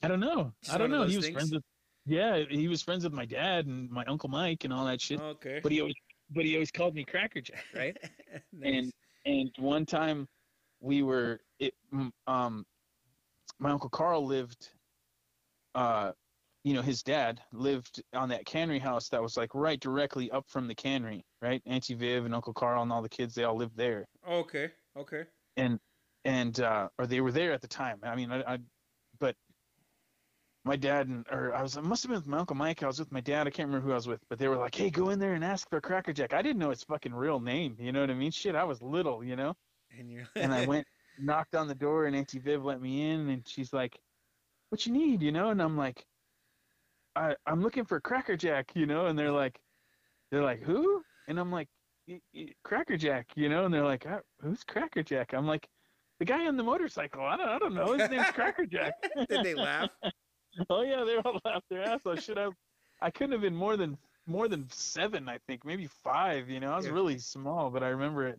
Speaker 2: I don't know.
Speaker 1: Just
Speaker 2: I don't
Speaker 1: one of
Speaker 2: know.
Speaker 1: those
Speaker 2: He was
Speaker 1: things?
Speaker 2: friends with yeah, he was friends with my dad and my uncle Mike and all that shit.
Speaker 1: Oh, Okay.
Speaker 2: But he always but he always called me Cracker Jack, right?
Speaker 1: nice.
Speaker 2: and one time we were it, m- um my uncle Carl lived uh you know his dad lived on that cannery house that was like right directly up from the cannery, right? Auntie Viv and Uncle Carl and all the kids they all lived there
Speaker 1: Okay. Okay.
Speaker 2: and and uh, or they were there at the time. I mean, I, I but my dad and or I was I must have been with my uncle Mike. I was with my dad. I can't remember who I was with, but they were like, "Hey, go in there and ask for Cracker Jack." I didn't know his fucking real name. You know what I mean? Shit, I was little, you know.
Speaker 1: And you're.
Speaker 2: And I went, knocked on the door, and Auntie Viv let me in, and she's like, "What you need?" You know, and I'm like, I, "I'm looking for Cracker Jack," you know, and they're like, they're like, "Who?" And I'm like, "Y- y- "Cracker Jack," you know, and they're like, "Uh, "Who's Cracker Jack?" I'm like, "The guy on the motorcycle. I don't, I don't know. His name's Cracker Jack."
Speaker 1: Did they laugh?
Speaker 2: oh yeah, they all laughed their ass off. Should I? I couldn't have been more than more than seven, I think, maybe five. You know, I was
Speaker 1: Yeah.
Speaker 2: really small, but I remember it.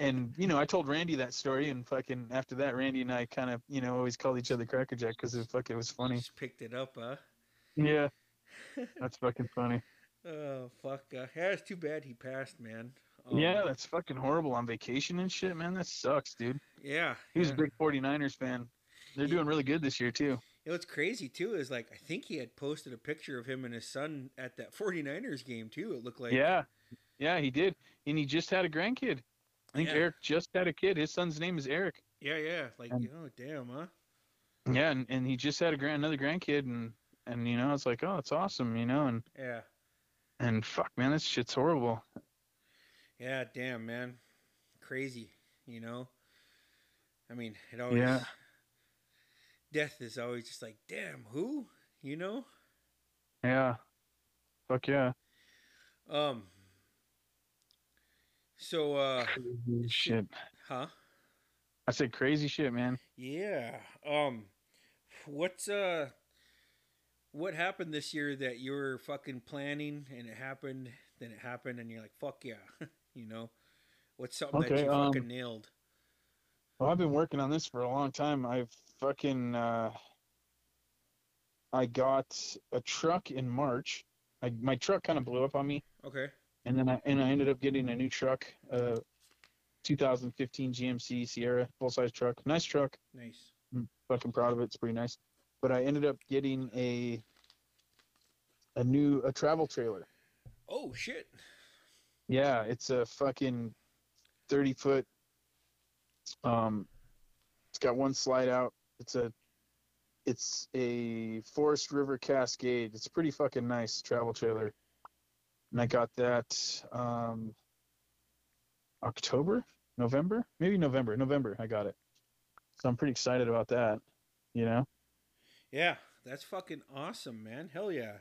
Speaker 2: And you know, I told Randy that story, and fucking after that, Randy and I kind of you know always called each other Crackerjack because it fuck it was funny.
Speaker 1: Just picked it up, huh?
Speaker 2: Yeah, that's fucking funny.
Speaker 1: Oh fuck! Uh, yeah, it's too bad he passed, man. Um,
Speaker 2: yeah, that's fucking horrible on vacation and shit, man. That sucks, dude.
Speaker 1: Yeah.
Speaker 2: He was
Speaker 1: yeah.
Speaker 2: a big 49ers fan. They're
Speaker 1: Yeah.
Speaker 2: doing really good this year too.
Speaker 1: You know, what's crazy too is like I think he had posted a picture of him and his son at that 49ers game too. It looked like
Speaker 2: yeah, yeah, he did, and he just had a grandkid. I think
Speaker 1: Yeah.
Speaker 2: Eric just had a kid. His son's name is Eric.
Speaker 1: yeah, yeah. Like
Speaker 2: And-
Speaker 1: you know, damn, huh?
Speaker 2: Yeah, and, and he just had a grand another grandkid, and and you know it's like oh it's awesome, you know, and
Speaker 1: Yeah,
Speaker 2: and fuck man, this shit's horrible.
Speaker 1: yeah, damn, man, crazy. You know, I mean, it always
Speaker 2: Yeah.
Speaker 1: death is always just like, damn, who? You know,
Speaker 2: Yeah, fuck yeah.
Speaker 1: um. So, uh,
Speaker 2: Crazy shit.
Speaker 1: huh?
Speaker 2: I said crazy shit, man.
Speaker 1: Yeah. Um what's uh what happened this year that you were fucking planning and it happened, then it happened and you're like, fuck yeah. you know? What's something that
Speaker 2: Okay,
Speaker 1: you
Speaker 2: um,
Speaker 1: fucking nailed?
Speaker 2: Well, I've been working on this for a long time. I've fucking uh, I got a truck in March. I, my truck kind of blew up on me,
Speaker 1: Okay.
Speaker 2: and then I and I ended up getting a new truck, uh, 2015 GMC Sierra full size truck, nice truck.
Speaker 1: Nice.
Speaker 2: fucking proud of it. It's pretty nice. But I ended up getting a a new a travel trailer.
Speaker 1: Oh shit.
Speaker 2: Yeah, it's a fucking thirty foot. Um, it's got one slide out. It's a it's a Forest River Cascade. It's a pretty fucking nice travel trailer, and I got that um, October, November, maybe November, November. I got it, so I'm pretty excited about that. You know.
Speaker 1: Yeah, that's fucking awesome, man. Hell yeah.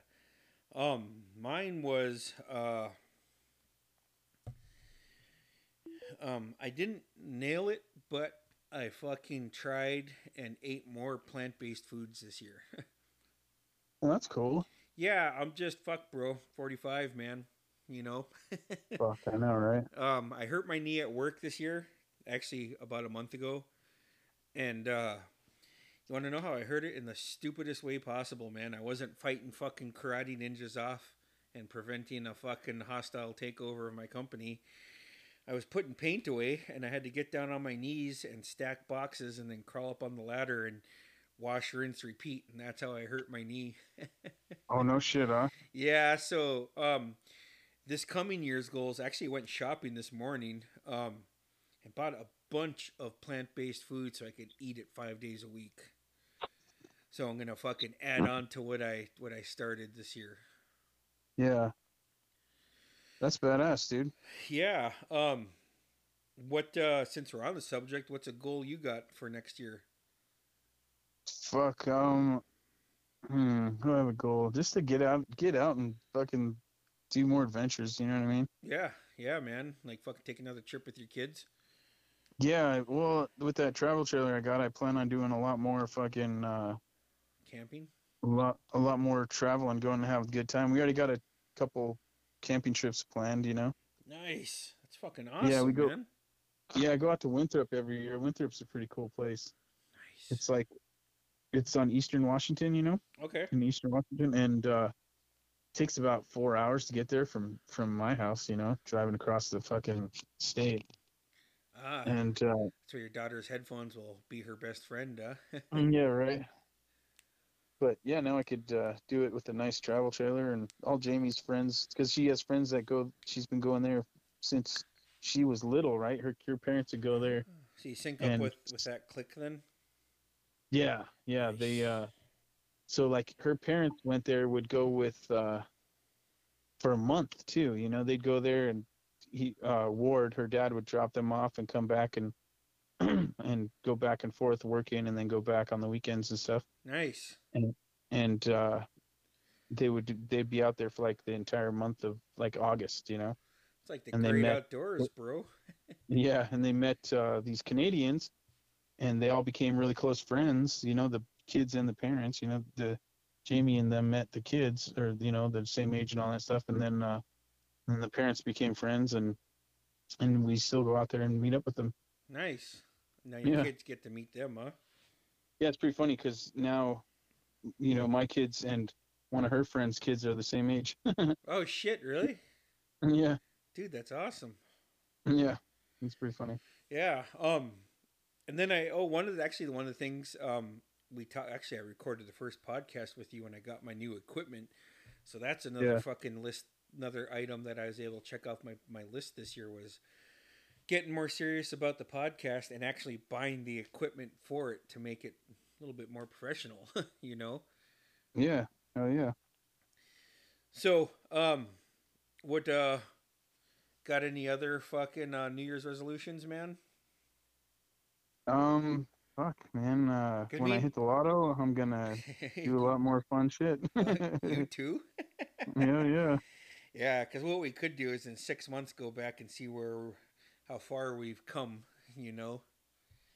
Speaker 1: Um, mine was uh um I didn't nail it, but I fucking tried and ate more plant-based foods this year.
Speaker 2: Well, that's cool.
Speaker 1: yeah, I'm just fuck, bro. 45, man. You know.
Speaker 2: Fuck, I know, right?
Speaker 1: Um, I hurt my knee at work this year, actually about a month ago, and uh, you want to know how I hurt it in the stupidest way possible, man. I wasn't fighting fucking karate ninjas off and preventing a fucking hostile takeover of my company. I was putting paint away, and I had to get down on my knees and stack boxes, and then crawl up on the ladder and wash, rinse, repeat, and that's how I hurt my knee.
Speaker 2: Oh no shit, huh?
Speaker 1: Yeah, so um this coming year's goals I actually went shopping this morning um and bought a bunch of plant based food so I could eat it five days a week. So I'm gonna fucking add on to what I what I started this year.
Speaker 2: Yeah. That's badass, dude.
Speaker 1: Yeah. Um what uh since we're on the subject, what's a goal you got for next year?
Speaker 2: Fuck. Um. Hmm. I have a goal just to get out, get out, and fucking do more adventures. You know what I mean?
Speaker 1: Yeah, yeah, man. Like fucking take another trip with your kids.
Speaker 2: Yeah. Well, with that travel trailer I got, I plan on doing a lot more fucking. Uh,
Speaker 1: Camping?
Speaker 2: a lot, a lot more travel and going to have a good time. We already got a couple camping trips planned. You know.
Speaker 1: Nice. That's fucking awesome,
Speaker 2: we go-
Speaker 1: man.
Speaker 2: Yeah, I go out to Winthrop every year. Winthrop's a pretty cool place.
Speaker 1: Nice.
Speaker 2: It's like, it's on Eastern Washington. You know.
Speaker 1: Okay.
Speaker 2: in Eastern Washington, and uh, takes about four hours to get there from from my house. You know, driving across the fucking state,
Speaker 1: Ah, that's
Speaker 2: and uh,
Speaker 1: where your daughter's headphones will be her best friend, uh. huh?
Speaker 2: yeah, right. But yeah, now I could uh, do it with a nice travel trailer and all Jamie's friends, because she has friends that go. She's been going there since she was little, right? Her her parents would go there.
Speaker 1: so you sync up
Speaker 2: And-
Speaker 1: with with that click then?
Speaker 2: Yeah, yeah. They uh, so like her parents went there would go with uh, for a month too. You know, they'd go there and he uh, Ward, her dad would drop them off and come back and and go back and forth working and then go back on the weekends and stuff.
Speaker 1: Nice.
Speaker 2: And uh, they would they'd be out there for like the entire month of like August. You know.
Speaker 1: It's like the
Speaker 2: And they
Speaker 1: great
Speaker 2: met-
Speaker 1: outdoors, bro.
Speaker 2: Yeah, and they met uh, these Canadians, and they all became really close friends. You know, the kids and the parents. You know, the Jamie and them met the kids, or you know, the same age and all that stuff. And then, uh, and the parents became friends, and and we still go out there and meet up with them.
Speaker 1: Nice. Now your
Speaker 2: Yeah.
Speaker 1: kids get to meet them, huh?
Speaker 2: Yeah, it's pretty funny because now, you know, my kids and one of her friends' kids are the same age.
Speaker 1: Oh shit, really?
Speaker 2: yeah,
Speaker 1: Dude, that's awesome.
Speaker 2: yeah, it's pretty funny.
Speaker 1: Yeah. Um, and then I oh one of the, actually one of the things um we talked actually I recorded the first podcast with you when I got my new equipment, so that's another
Speaker 2: Yeah.
Speaker 1: fucking list another item that I was able to check off my my list this year was getting more serious about the podcast and actually buying the equipment for it to make it a little bit more professional, you know.
Speaker 2: Yeah, oh yeah.
Speaker 1: So um, what uh. Got any other fucking uh, New Year's resolutions, man?
Speaker 2: Um, fuck, man. Uh,
Speaker 1: Could
Speaker 2: when I
Speaker 1: be.
Speaker 2: hit the lotto, I'm gonna do a lot more fun shit.
Speaker 1: you
Speaker 2: yeah,
Speaker 1: too?
Speaker 2: yeah,
Speaker 1: Yeah, because what we could do is in six months go back and see where, how far we've come. You know,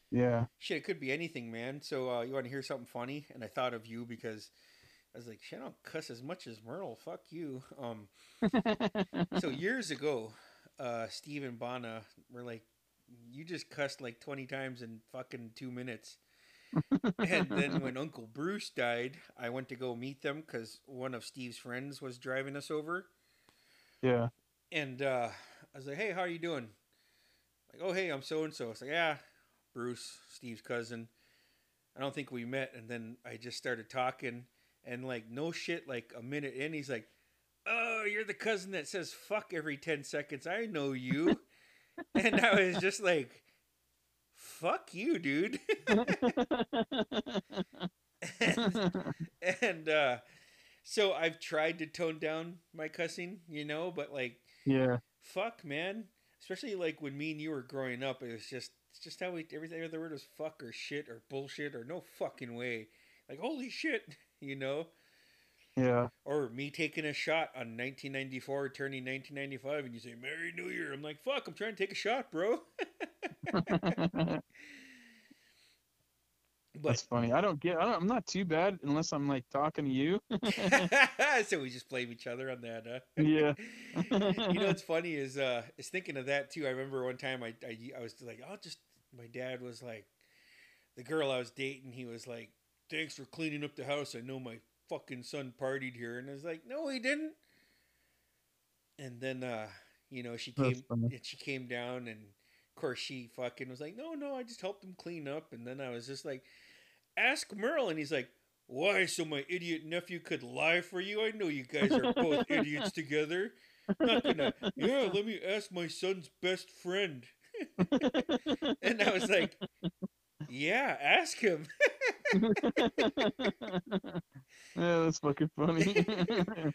Speaker 2: yeah.
Speaker 1: shit, it could be anything, man. So uh, you want to hear something funny? And I thought of you because I was like, shit, I don't cuss as much as Merle. Fuck you. Um, so years ago, uh, Steve and Bonna were like, you just cussed like twenty times in fucking two minutes. and then when Uncle Bruce died, I went to go meet them because one of Steve's friends was driving us over.
Speaker 2: yeah,
Speaker 1: And uh, I was like, "Hey, how are you doing?" Like, "Oh, hey, I'm so and so." It's like, "Yeah, Bruce, Steve's cousin." I don't think we met, and then I just started talking, and like, no shit, like a minute in, he's like, "Oh, you're the cousin that says fuck every ten seconds. I know you," and I was just like, "Fuck you, dude." and uh, so I've tried to tone down my cussing, you know, but like
Speaker 2: yeah,
Speaker 1: fuck man especially like when me and you were growing up it was just it's just how we everything other word was fuck or shit or bullshit or no fucking way like holy shit you know
Speaker 2: yeah,
Speaker 1: or me taking a shot on 1994 turning 1995 and you say merry new year i'm like fuck i'm trying to take a shot bro
Speaker 2: that's
Speaker 1: but
Speaker 2: funny. I don't get. I don't, I'm not too bad unless I'm like talking to you.
Speaker 1: so we just blame each other on that huh
Speaker 2: yeah,
Speaker 1: you know what's funny is uh is thinking of that too. I remember one time I I, I was like, I'll just my dad was like the girl I was dating, he was like, Thanks for cleaning up the house. I know my fucking son partied here and I was like, No he didn't And then uh you know she
Speaker 2: That's
Speaker 1: came
Speaker 2: funny.
Speaker 1: and she came down and of course she fucking was like, No, no, I just helped him clean up and then I was just like Ask Merle and he's like why? So my idiot nephew could lie for you? I know you guys are both idiots together not gonna. Yeah, let me ask my son's best friend. and I was like, yeah, ask him.
Speaker 2: yeah, that's fucking funny.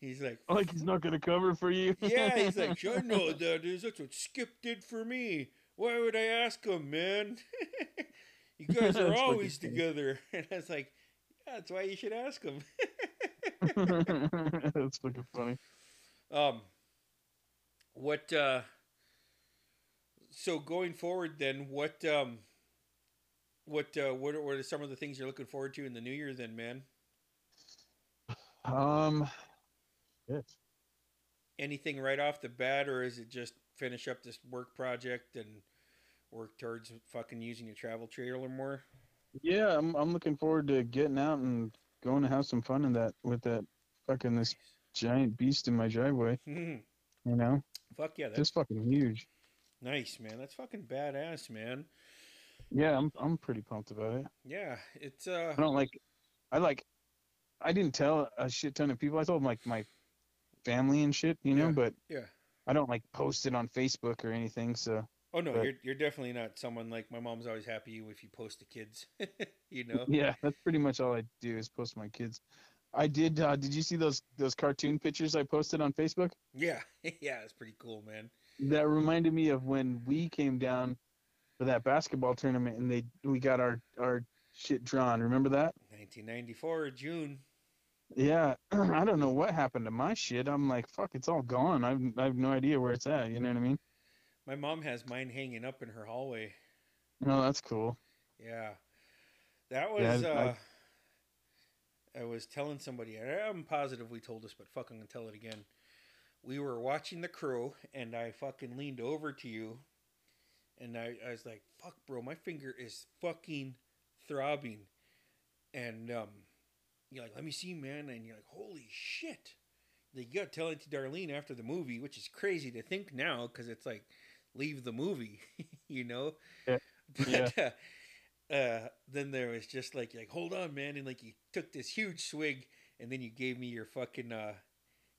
Speaker 1: He's like,
Speaker 2: like he's not gonna cover for you.
Speaker 1: yeah, he's like, I know what that is. That's what Skip did for me. Why would I ask him, man? you guys are
Speaker 2: That's
Speaker 1: always
Speaker 2: fucking
Speaker 1: together. And I was like, yeah, that's why you should ask him.
Speaker 2: that's fucking funny.
Speaker 1: Um, what? Uh, so going forward, then what? Um, what? Uh, what, are, what are some of the things you're looking forward to in the new year? Then, man,
Speaker 2: Um, shit.
Speaker 1: anything right off the bat, or is it just finish up this work project and work towards fucking using a travel trailer more?
Speaker 2: Yeah, I'm I'm looking forward to getting out and going to have some fun in that with that fucking this giant beast in my driveway. You know,
Speaker 1: Fuck yeah, that's
Speaker 2: just fucking huge.
Speaker 1: nice, man. That's fucking badass, man.
Speaker 2: Yeah, I'm I'm pretty pumped about it.
Speaker 1: Yeah, it's uh,
Speaker 2: I don't like, I like, I didn't tell a shit ton of people. I told like my family and shit, you know,
Speaker 1: Yeah.
Speaker 2: but
Speaker 1: Yeah.
Speaker 2: I don't like post it on Facebook or anything. So
Speaker 1: oh no,
Speaker 2: but-
Speaker 1: you're you're definitely not someone like my mom's always happy if you post to kids, you know.
Speaker 2: yeah, that's pretty much all I do is post my kids. I did. Uh, did you see those those cartoon pictures I posted on Facebook?
Speaker 1: Yeah, yeah, it's pretty cool, man.
Speaker 2: That reminded me of when we came down for that basketball tournament and they we got our our shit drawn. Remember that?
Speaker 1: 1994 June.
Speaker 2: Yeah. I don't know what happened to my shit. I'm like, fuck, it's all gone. I've I have no idea where it's at. You know what I mean?
Speaker 1: My mom has mine hanging up in her hallway.
Speaker 2: No, that's cool.
Speaker 1: Yeah, that
Speaker 2: Yeah,
Speaker 1: was.
Speaker 2: I-
Speaker 1: uh, I was telling somebody. and I'm positive we told this, but fucking gonna tell it again. We were watching The Crow, and I fucking leaned over to you, and I, I was like, "Fuck, bro, my finger is fucking throbbing," and um, you're like, "Let me see, man," and you're like, "Holy shit!" They got telling to Darlene after the movie, which is crazy to think now because it's like, leave the movie, you know.
Speaker 2: Yeah.
Speaker 1: But,
Speaker 2: Yeah.
Speaker 1: Uh, uh, then there was just like, like, hold on, man, and like you took this huge swig, and then you gave me your fucking, uh,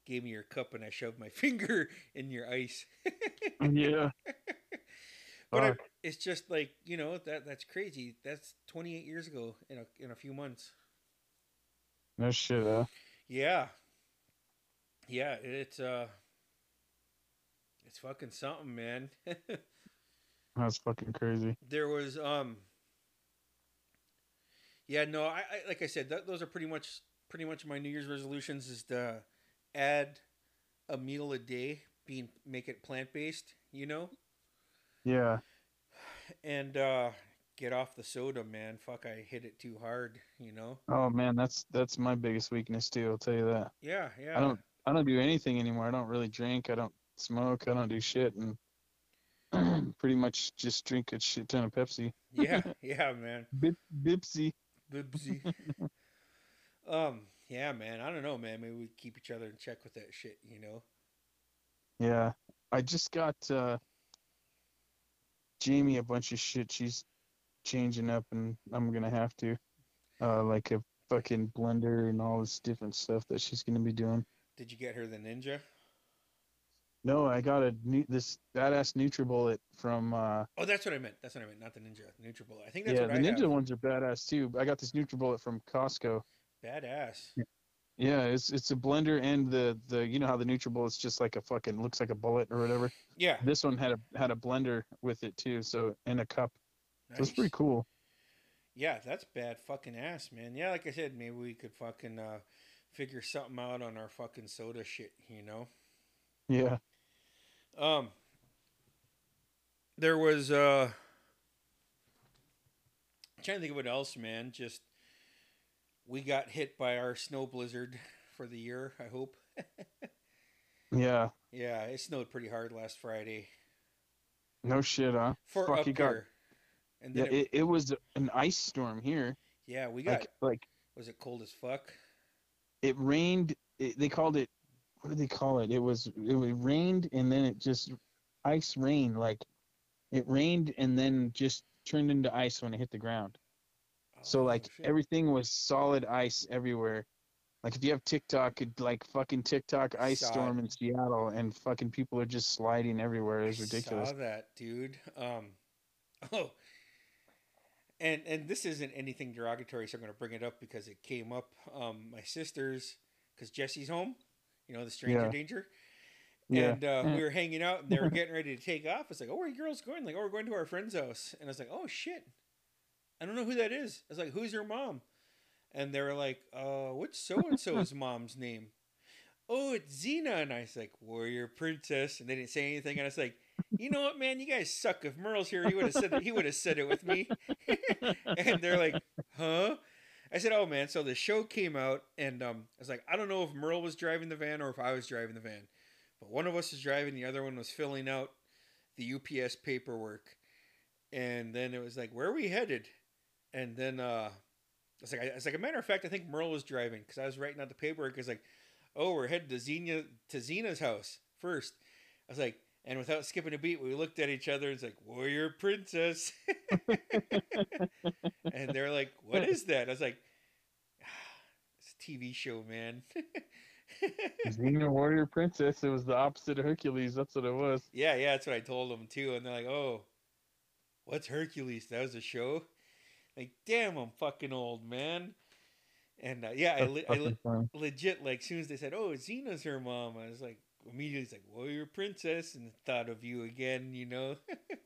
Speaker 1: gave me your cup, and I shoved my finger in your ice.
Speaker 2: Yeah.
Speaker 1: But I-
Speaker 2: Fuck.
Speaker 1: it's just like you know that that's crazy. That's 28 years ago in a in a few months.
Speaker 2: No shit. Uh,
Speaker 1: Yeah, yeah, it's uh, it's fucking something, man.
Speaker 2: that's fucking crazy.
Speaker 1: there was um yeah no i, I like i said that, those are pretty much pretty much my new year's resolutions is to add a meal a day being make it plant-based you know
Speaker 2: Yeah.
Speaker 1: and uh get off the soda man fuck i hit it too hard you know
Speaker 2: Oh man, that's that's my biggest weakness too. I'll tell you that.
Speaker 1: yeah yeah
Speaker 2: I don't I don't do anything anymore. I don't really drink. I don't smoke. I don't do shit, and pretty much just drink a shit ton of Pepsi.
Speaker 1: yeah yeah man
Speaker 2: Bip, bipsy.
Speaker 1: Bibsy. um yeah man i don't know man maybe we keep each other in check with that shit you know
Speaker 2: Yeah, I just got uh, Jamie a bunch of shit. She's changing up, and I'm gonna have to, uh, like a fucking blender and all this different stuff that she's gonna be doing.
Speaker 1: did you get her the ninja
Speaker 2: No, I got a new this badass NutriBullet from uh,
Speaker 1: Oh, that's what I meant. That's what I meant. Not the ninja, the NutriBullet. I think that's
Speaker 2: yeah,
Speaker 1: what
Speaker 2: the
Speaker 1: I
Speaker 2: Ninja
Speaker 1: have.
Speaker 2: ones are badass too. I got this NutriBullet from Costco.
Speaker 1: Badass.
Speaker 2: Yeah, it's it's a blender and the the you know how the NutriBullet's just like a fucking looks like a bullet or whatever.
Speaker 1: Yeah.
Speaker 2: This one had a had a blender with it too, so and a cup. So it's
Speaker 1: nice.
Speaker 2: pretty cool.
Speaker 1: Yeah, that's bad fucking ass, man. Yeah, like I said, maybe we could fucking uh, figure something out on our fucking soda shit, you know?
Speaker 2: Yeah.
Speaker 1: Um, there was uh, I'm trying to think of what else, man. Just we got hit by our snow blizzard for the year. I hope.
Speaker 2: Yeah.
Speaker 1: Yeah, it snowed pretty hard last Friday
Speaker 2: No shit, huh?
Speaker 1: for
Speaker 2: Fuck,
Speaker 1: up
Speaker 2: you got-
Speaker 1: here, and
Speaker 2: Yeah,
Speaker 1: then it,
Speaker 2: it, it was an ice storm here.
Speaker 1: yeah, we got
Speaker 2: Like like
Speaker 1: was it cold as fuck?
Speaker 2: it rained. It, they called it. What do they call it? It was it was rained and then it just ice rain. Like it rained and then just turned into ice when it hit the ground. So
Speaker 1: Oh,
Speaker 2: like
Speaker 1: shit.
Speaker 2: everything was solid ice everywhere, Like if you have TikTok, it, like fucking TikTok ice
Speaker 1: Saw
Speaker 2: storm
Speaker 1: it.
Speaker 2: in Seattle, and fucking people are just sliding everywhere. It's
Speaker 1: I
Speaker 2: ridiculous.
Speaker 1: Saw that, dude. Um, oh, and and this isn't anything derogatory, so I'm going to bring it up because it came up. Um, my sister's because Jesse's home, you know, the stranger
Speaker 2: Yeah.
Speaker 1: danger,
Speaker 2: Yeah.
Speaker 1: and uh,
Speaker 2: Mm.
Speaker 1: we were hanging out, and they were getting ready to take off. It's like, oh, where are you girls going? Like, oh, we're going to our friend's house, and I was like, oh shit, I don't know who that is. I was like, who's your mom? And they were like, uh, what's so and so's mom's name? Oh, it's Xena. And I was like, Warrior Princess. And they didn't say anything. And I was like, you know what, man? You guys suck. If Merle's here, he would have said that. He would have said it with me. and they're like, huh? I said, oh man. So the show came out, and um, I was like, I don't know if Merle was driving the van or if I was driving the van, but one of us was driving, the other one was filling out the UPS paperwork, and then it was like, where are we headed? And then uh, it's like, it's like a matter of fact, I think Merle was driving because I was writing out the paperwork. It's like, oh, we're headed to Xena to Xena's house first. I was like. And without skipping a beat, we looked at each other and it's like, Warrior Princess. and they're like, What is that? I was like, "Ah, It's a TV show, man.
Speaker 2: Xena Warrior Princess. It was the opposite of Hercules. That's what it was.
Speaker 1: yeah, yeah, that's what I told them too. And they're like, Oh, what's Hercules? That was a show? Like, damn, I'm fucking old, man. And uh, yeah, I,
Speaker 2: That's
Speaker 1: li- I,
Speaker 2: fucking
Speaker 1: li-
Speaker 2: funny.
Speaker 1: legit like as soon as they said, "Oh, Xena's her mom," I was like immediately it's like, "Well, you're a princess," and thought of you again, you know.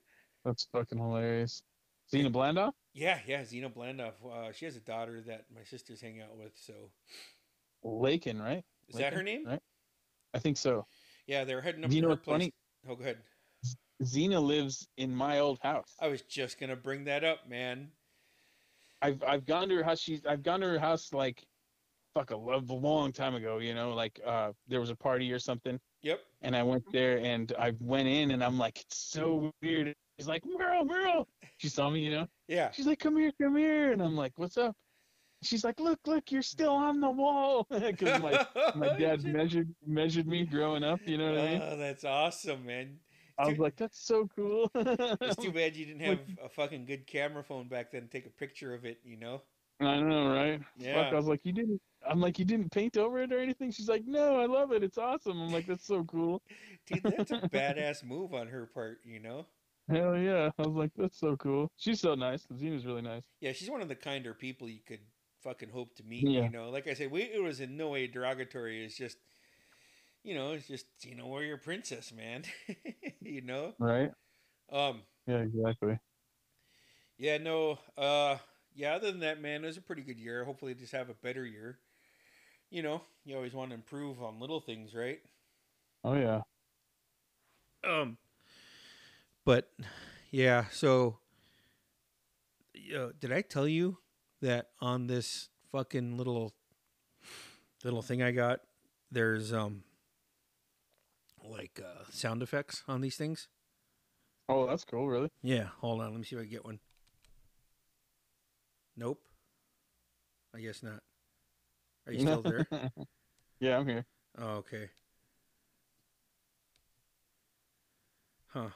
Speaker 2: That's fucking hilarious. Xena Blandoff.
Speaker 1: yeah, yeah, Xena Blandoff. Uh, she has a daughter that my sisters hang out with. So
Speaker 2: Lakin, right?
Speaker 1: is that her name?
Speaker 2: Right. I think so.
Speaker 1: Yeah, they're heading up
Speaker 2: You
Speaker 1: to
Speaker 2: know
Speaker 1: her
Speaker 2: what's
Speaker 1: place.
Speaker 2: funny?
Speaker 1: Oh, go ahead.
Speaker 2: Xena lives in my old house.
Speaker 1: I was just gonna bring that up, man.
Speaker 2: I've I've gone to her house. She's I've gone to her house like, fuck, a love a long time ago. You know, like uh, there was a party or something,
Speaker 1: Yep.
Speaker 2: and I went
Speaker 1: Mm-hmm.
Speaker 2: there and I went in and I'm like, it's so weird. She's like, Merle, Merle. She saw me, you know.
Speaker 1: Yeah.
Speaker 2: She's like, come here, come here, and I'm like, what's up? She's like, look, look, you're still on the wall because my my dad
Speaker 1: Shit.
Speaker 2: measured measured me growing up. You know what I mean?
Speaker 1: Oh, that's awesome, man.
Speaker 2: I was like, that's so cool.
Speaker 1: It's too bad you didn't have
Speaker 2: Like-
Speaker 1: a fucking good camera phone back then to take a picture of it, you know?
Speaker 2: I know, right?
Speaker 1: Yeah.
Speaker 2: Fuck, I was like, you didn't. I'm like, you didn't paint over it or anything. She's like, no, I love it. It's awesome. I'm like, that's so cool.
Speaker 1: Dude, that's a badass move on her part, you know?
Speaker 2: Hell yeah. I was like, that's so cool. She's so nice. Xena's really nice.
Speaker 1: Yeah, she's one of the kinder people you could fucking hope to meet.
Speaker 2: Yeah.
Speaker 1: You know, like I said, we, it was in no way derogatory. It's just, you know, it's just you know, we're your princess, man. you know,
Speaker 2: Right?
Speaker 1: um,
Speaker 2: Yeah, exactly.
Speaker 1: yeah, no, uh, yeah. Other than that, man, it was a pretty good year. Hopefully, just have a better year. You know, you always want to improve on little things, right?
Speaker 2: Oh yeah.
Speaker 1: Um, but yeah, so uh, did I tell you that on this fucking little little thing I got, there's um like uh, sound effects on these things?
Speaker 2: Oh, that's cool. Really?
Speaker 1: Yeah, hold on, let me see if I can get one. Nope. I guess not. Are you still there?
Speaker 2: yeah, I'm here.
Speaker 1: Oh, okay. Huh.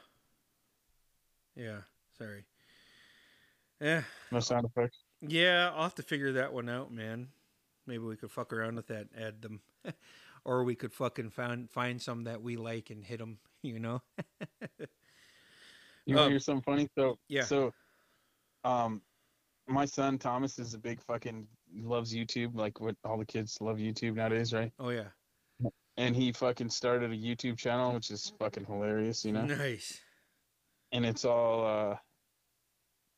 Speaker 1: Yeah, sorry. Yeah,
Speaker 2: No sound effects.
Speaker 1: yeah, I'll have to figure that one out, man. Maybe we could fuck around with that, and add them, or we could fucking find find some that we like and hit them. You know?
Speaker 2: You want
Speaker 1: Um,
Speaker 2: to hear something funny? So
Speaker 1: yeah.
Speaker 2: So, um, my son Thomas is a big fucking loves YouTube. Like what all the kids love YouTube nowadays, right?
Speaker 1: Oh yeah,
Speaker 2: And he fucking started a YouTube channel, which is fucking hilarious, you know.
Speaker 1: nice.
Speaker 2: and it's all uh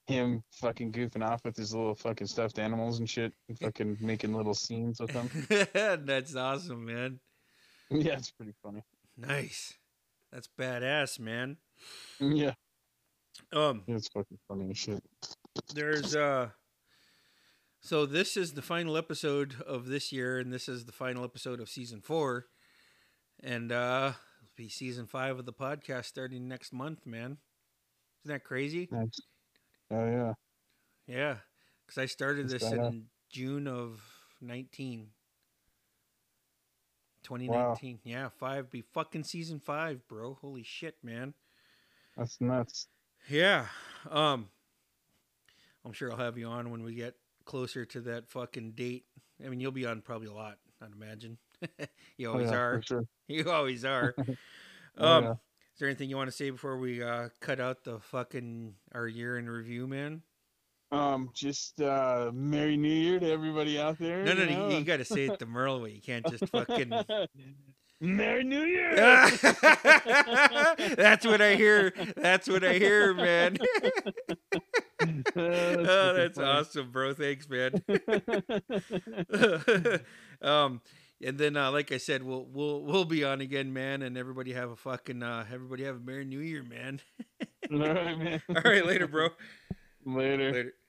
Speaker 2: him fucking goofing off with his little fucking stuffed animals and shit and fucking making little scenes with them.
Speaker 1: That's awesome, man.
Speaker 2: Yeah, it's pretty funny.
Speaker 1: Nice. That's badass, man.
Speaker 2: Yeah,
Speaker 1: Um.
Speaker 2: it's fucking funny as shit.
Speaker 1: there's uh so this is the final episode of this year and this is the final episode of season four and uh it'll be season five of the podcast starting next month man isn't that crazy
Speaker 2: Nice. Oh yeah.
Speaker 1: yeah because i started
Speaker 2: That's
Speaker 1: this
Speaker 2: badass.
Speaker 1: in june of 19 2019 yeah five be fucking season five bro holy shit man
Speaker 2: That's nuts.
Speaker 1: Yeah. Um I'm sure I'll have you on when we get closer to that fucking date. I mean, you'll be on probably a lot. I'd imagine. you always
Speaker 2: Oh, yeah,
Speaker 1: are.
Speaker 2: For sure.
Speaker 1: You always are.
Speaker 2: Oh,
Speaker 1: um,
Speaker 2: yeah.
Speaker 1: Is there anything you want to say before we uh, cut out the fucking our year in review, man?
Speaker 2: Um, just uh, Merry New Year to everybody out there.
Speaker 1: No, no,
Speaker 2: you
Speaker 1: no. You,
Speaker 2: know,
Speaker 1: you got to say it the Merle way. You can't just fucking.
Speaker 2: Merry New Year.
Speaker 1: that's what I hear. That's what I hear, man. oh, that's awesome, bro. Thanks, man.
Speaker 2: awesome.
Speaker 1: um, and then, uh, like I said, we'll we'll we'll be on again, man. And everybody have a fucking uh, everybody have a merry new year, man.
Speaker 2: All right, man.
Speaker 1: All right, later, bro.
Speaker 2: Later.
Speaker 1: Later.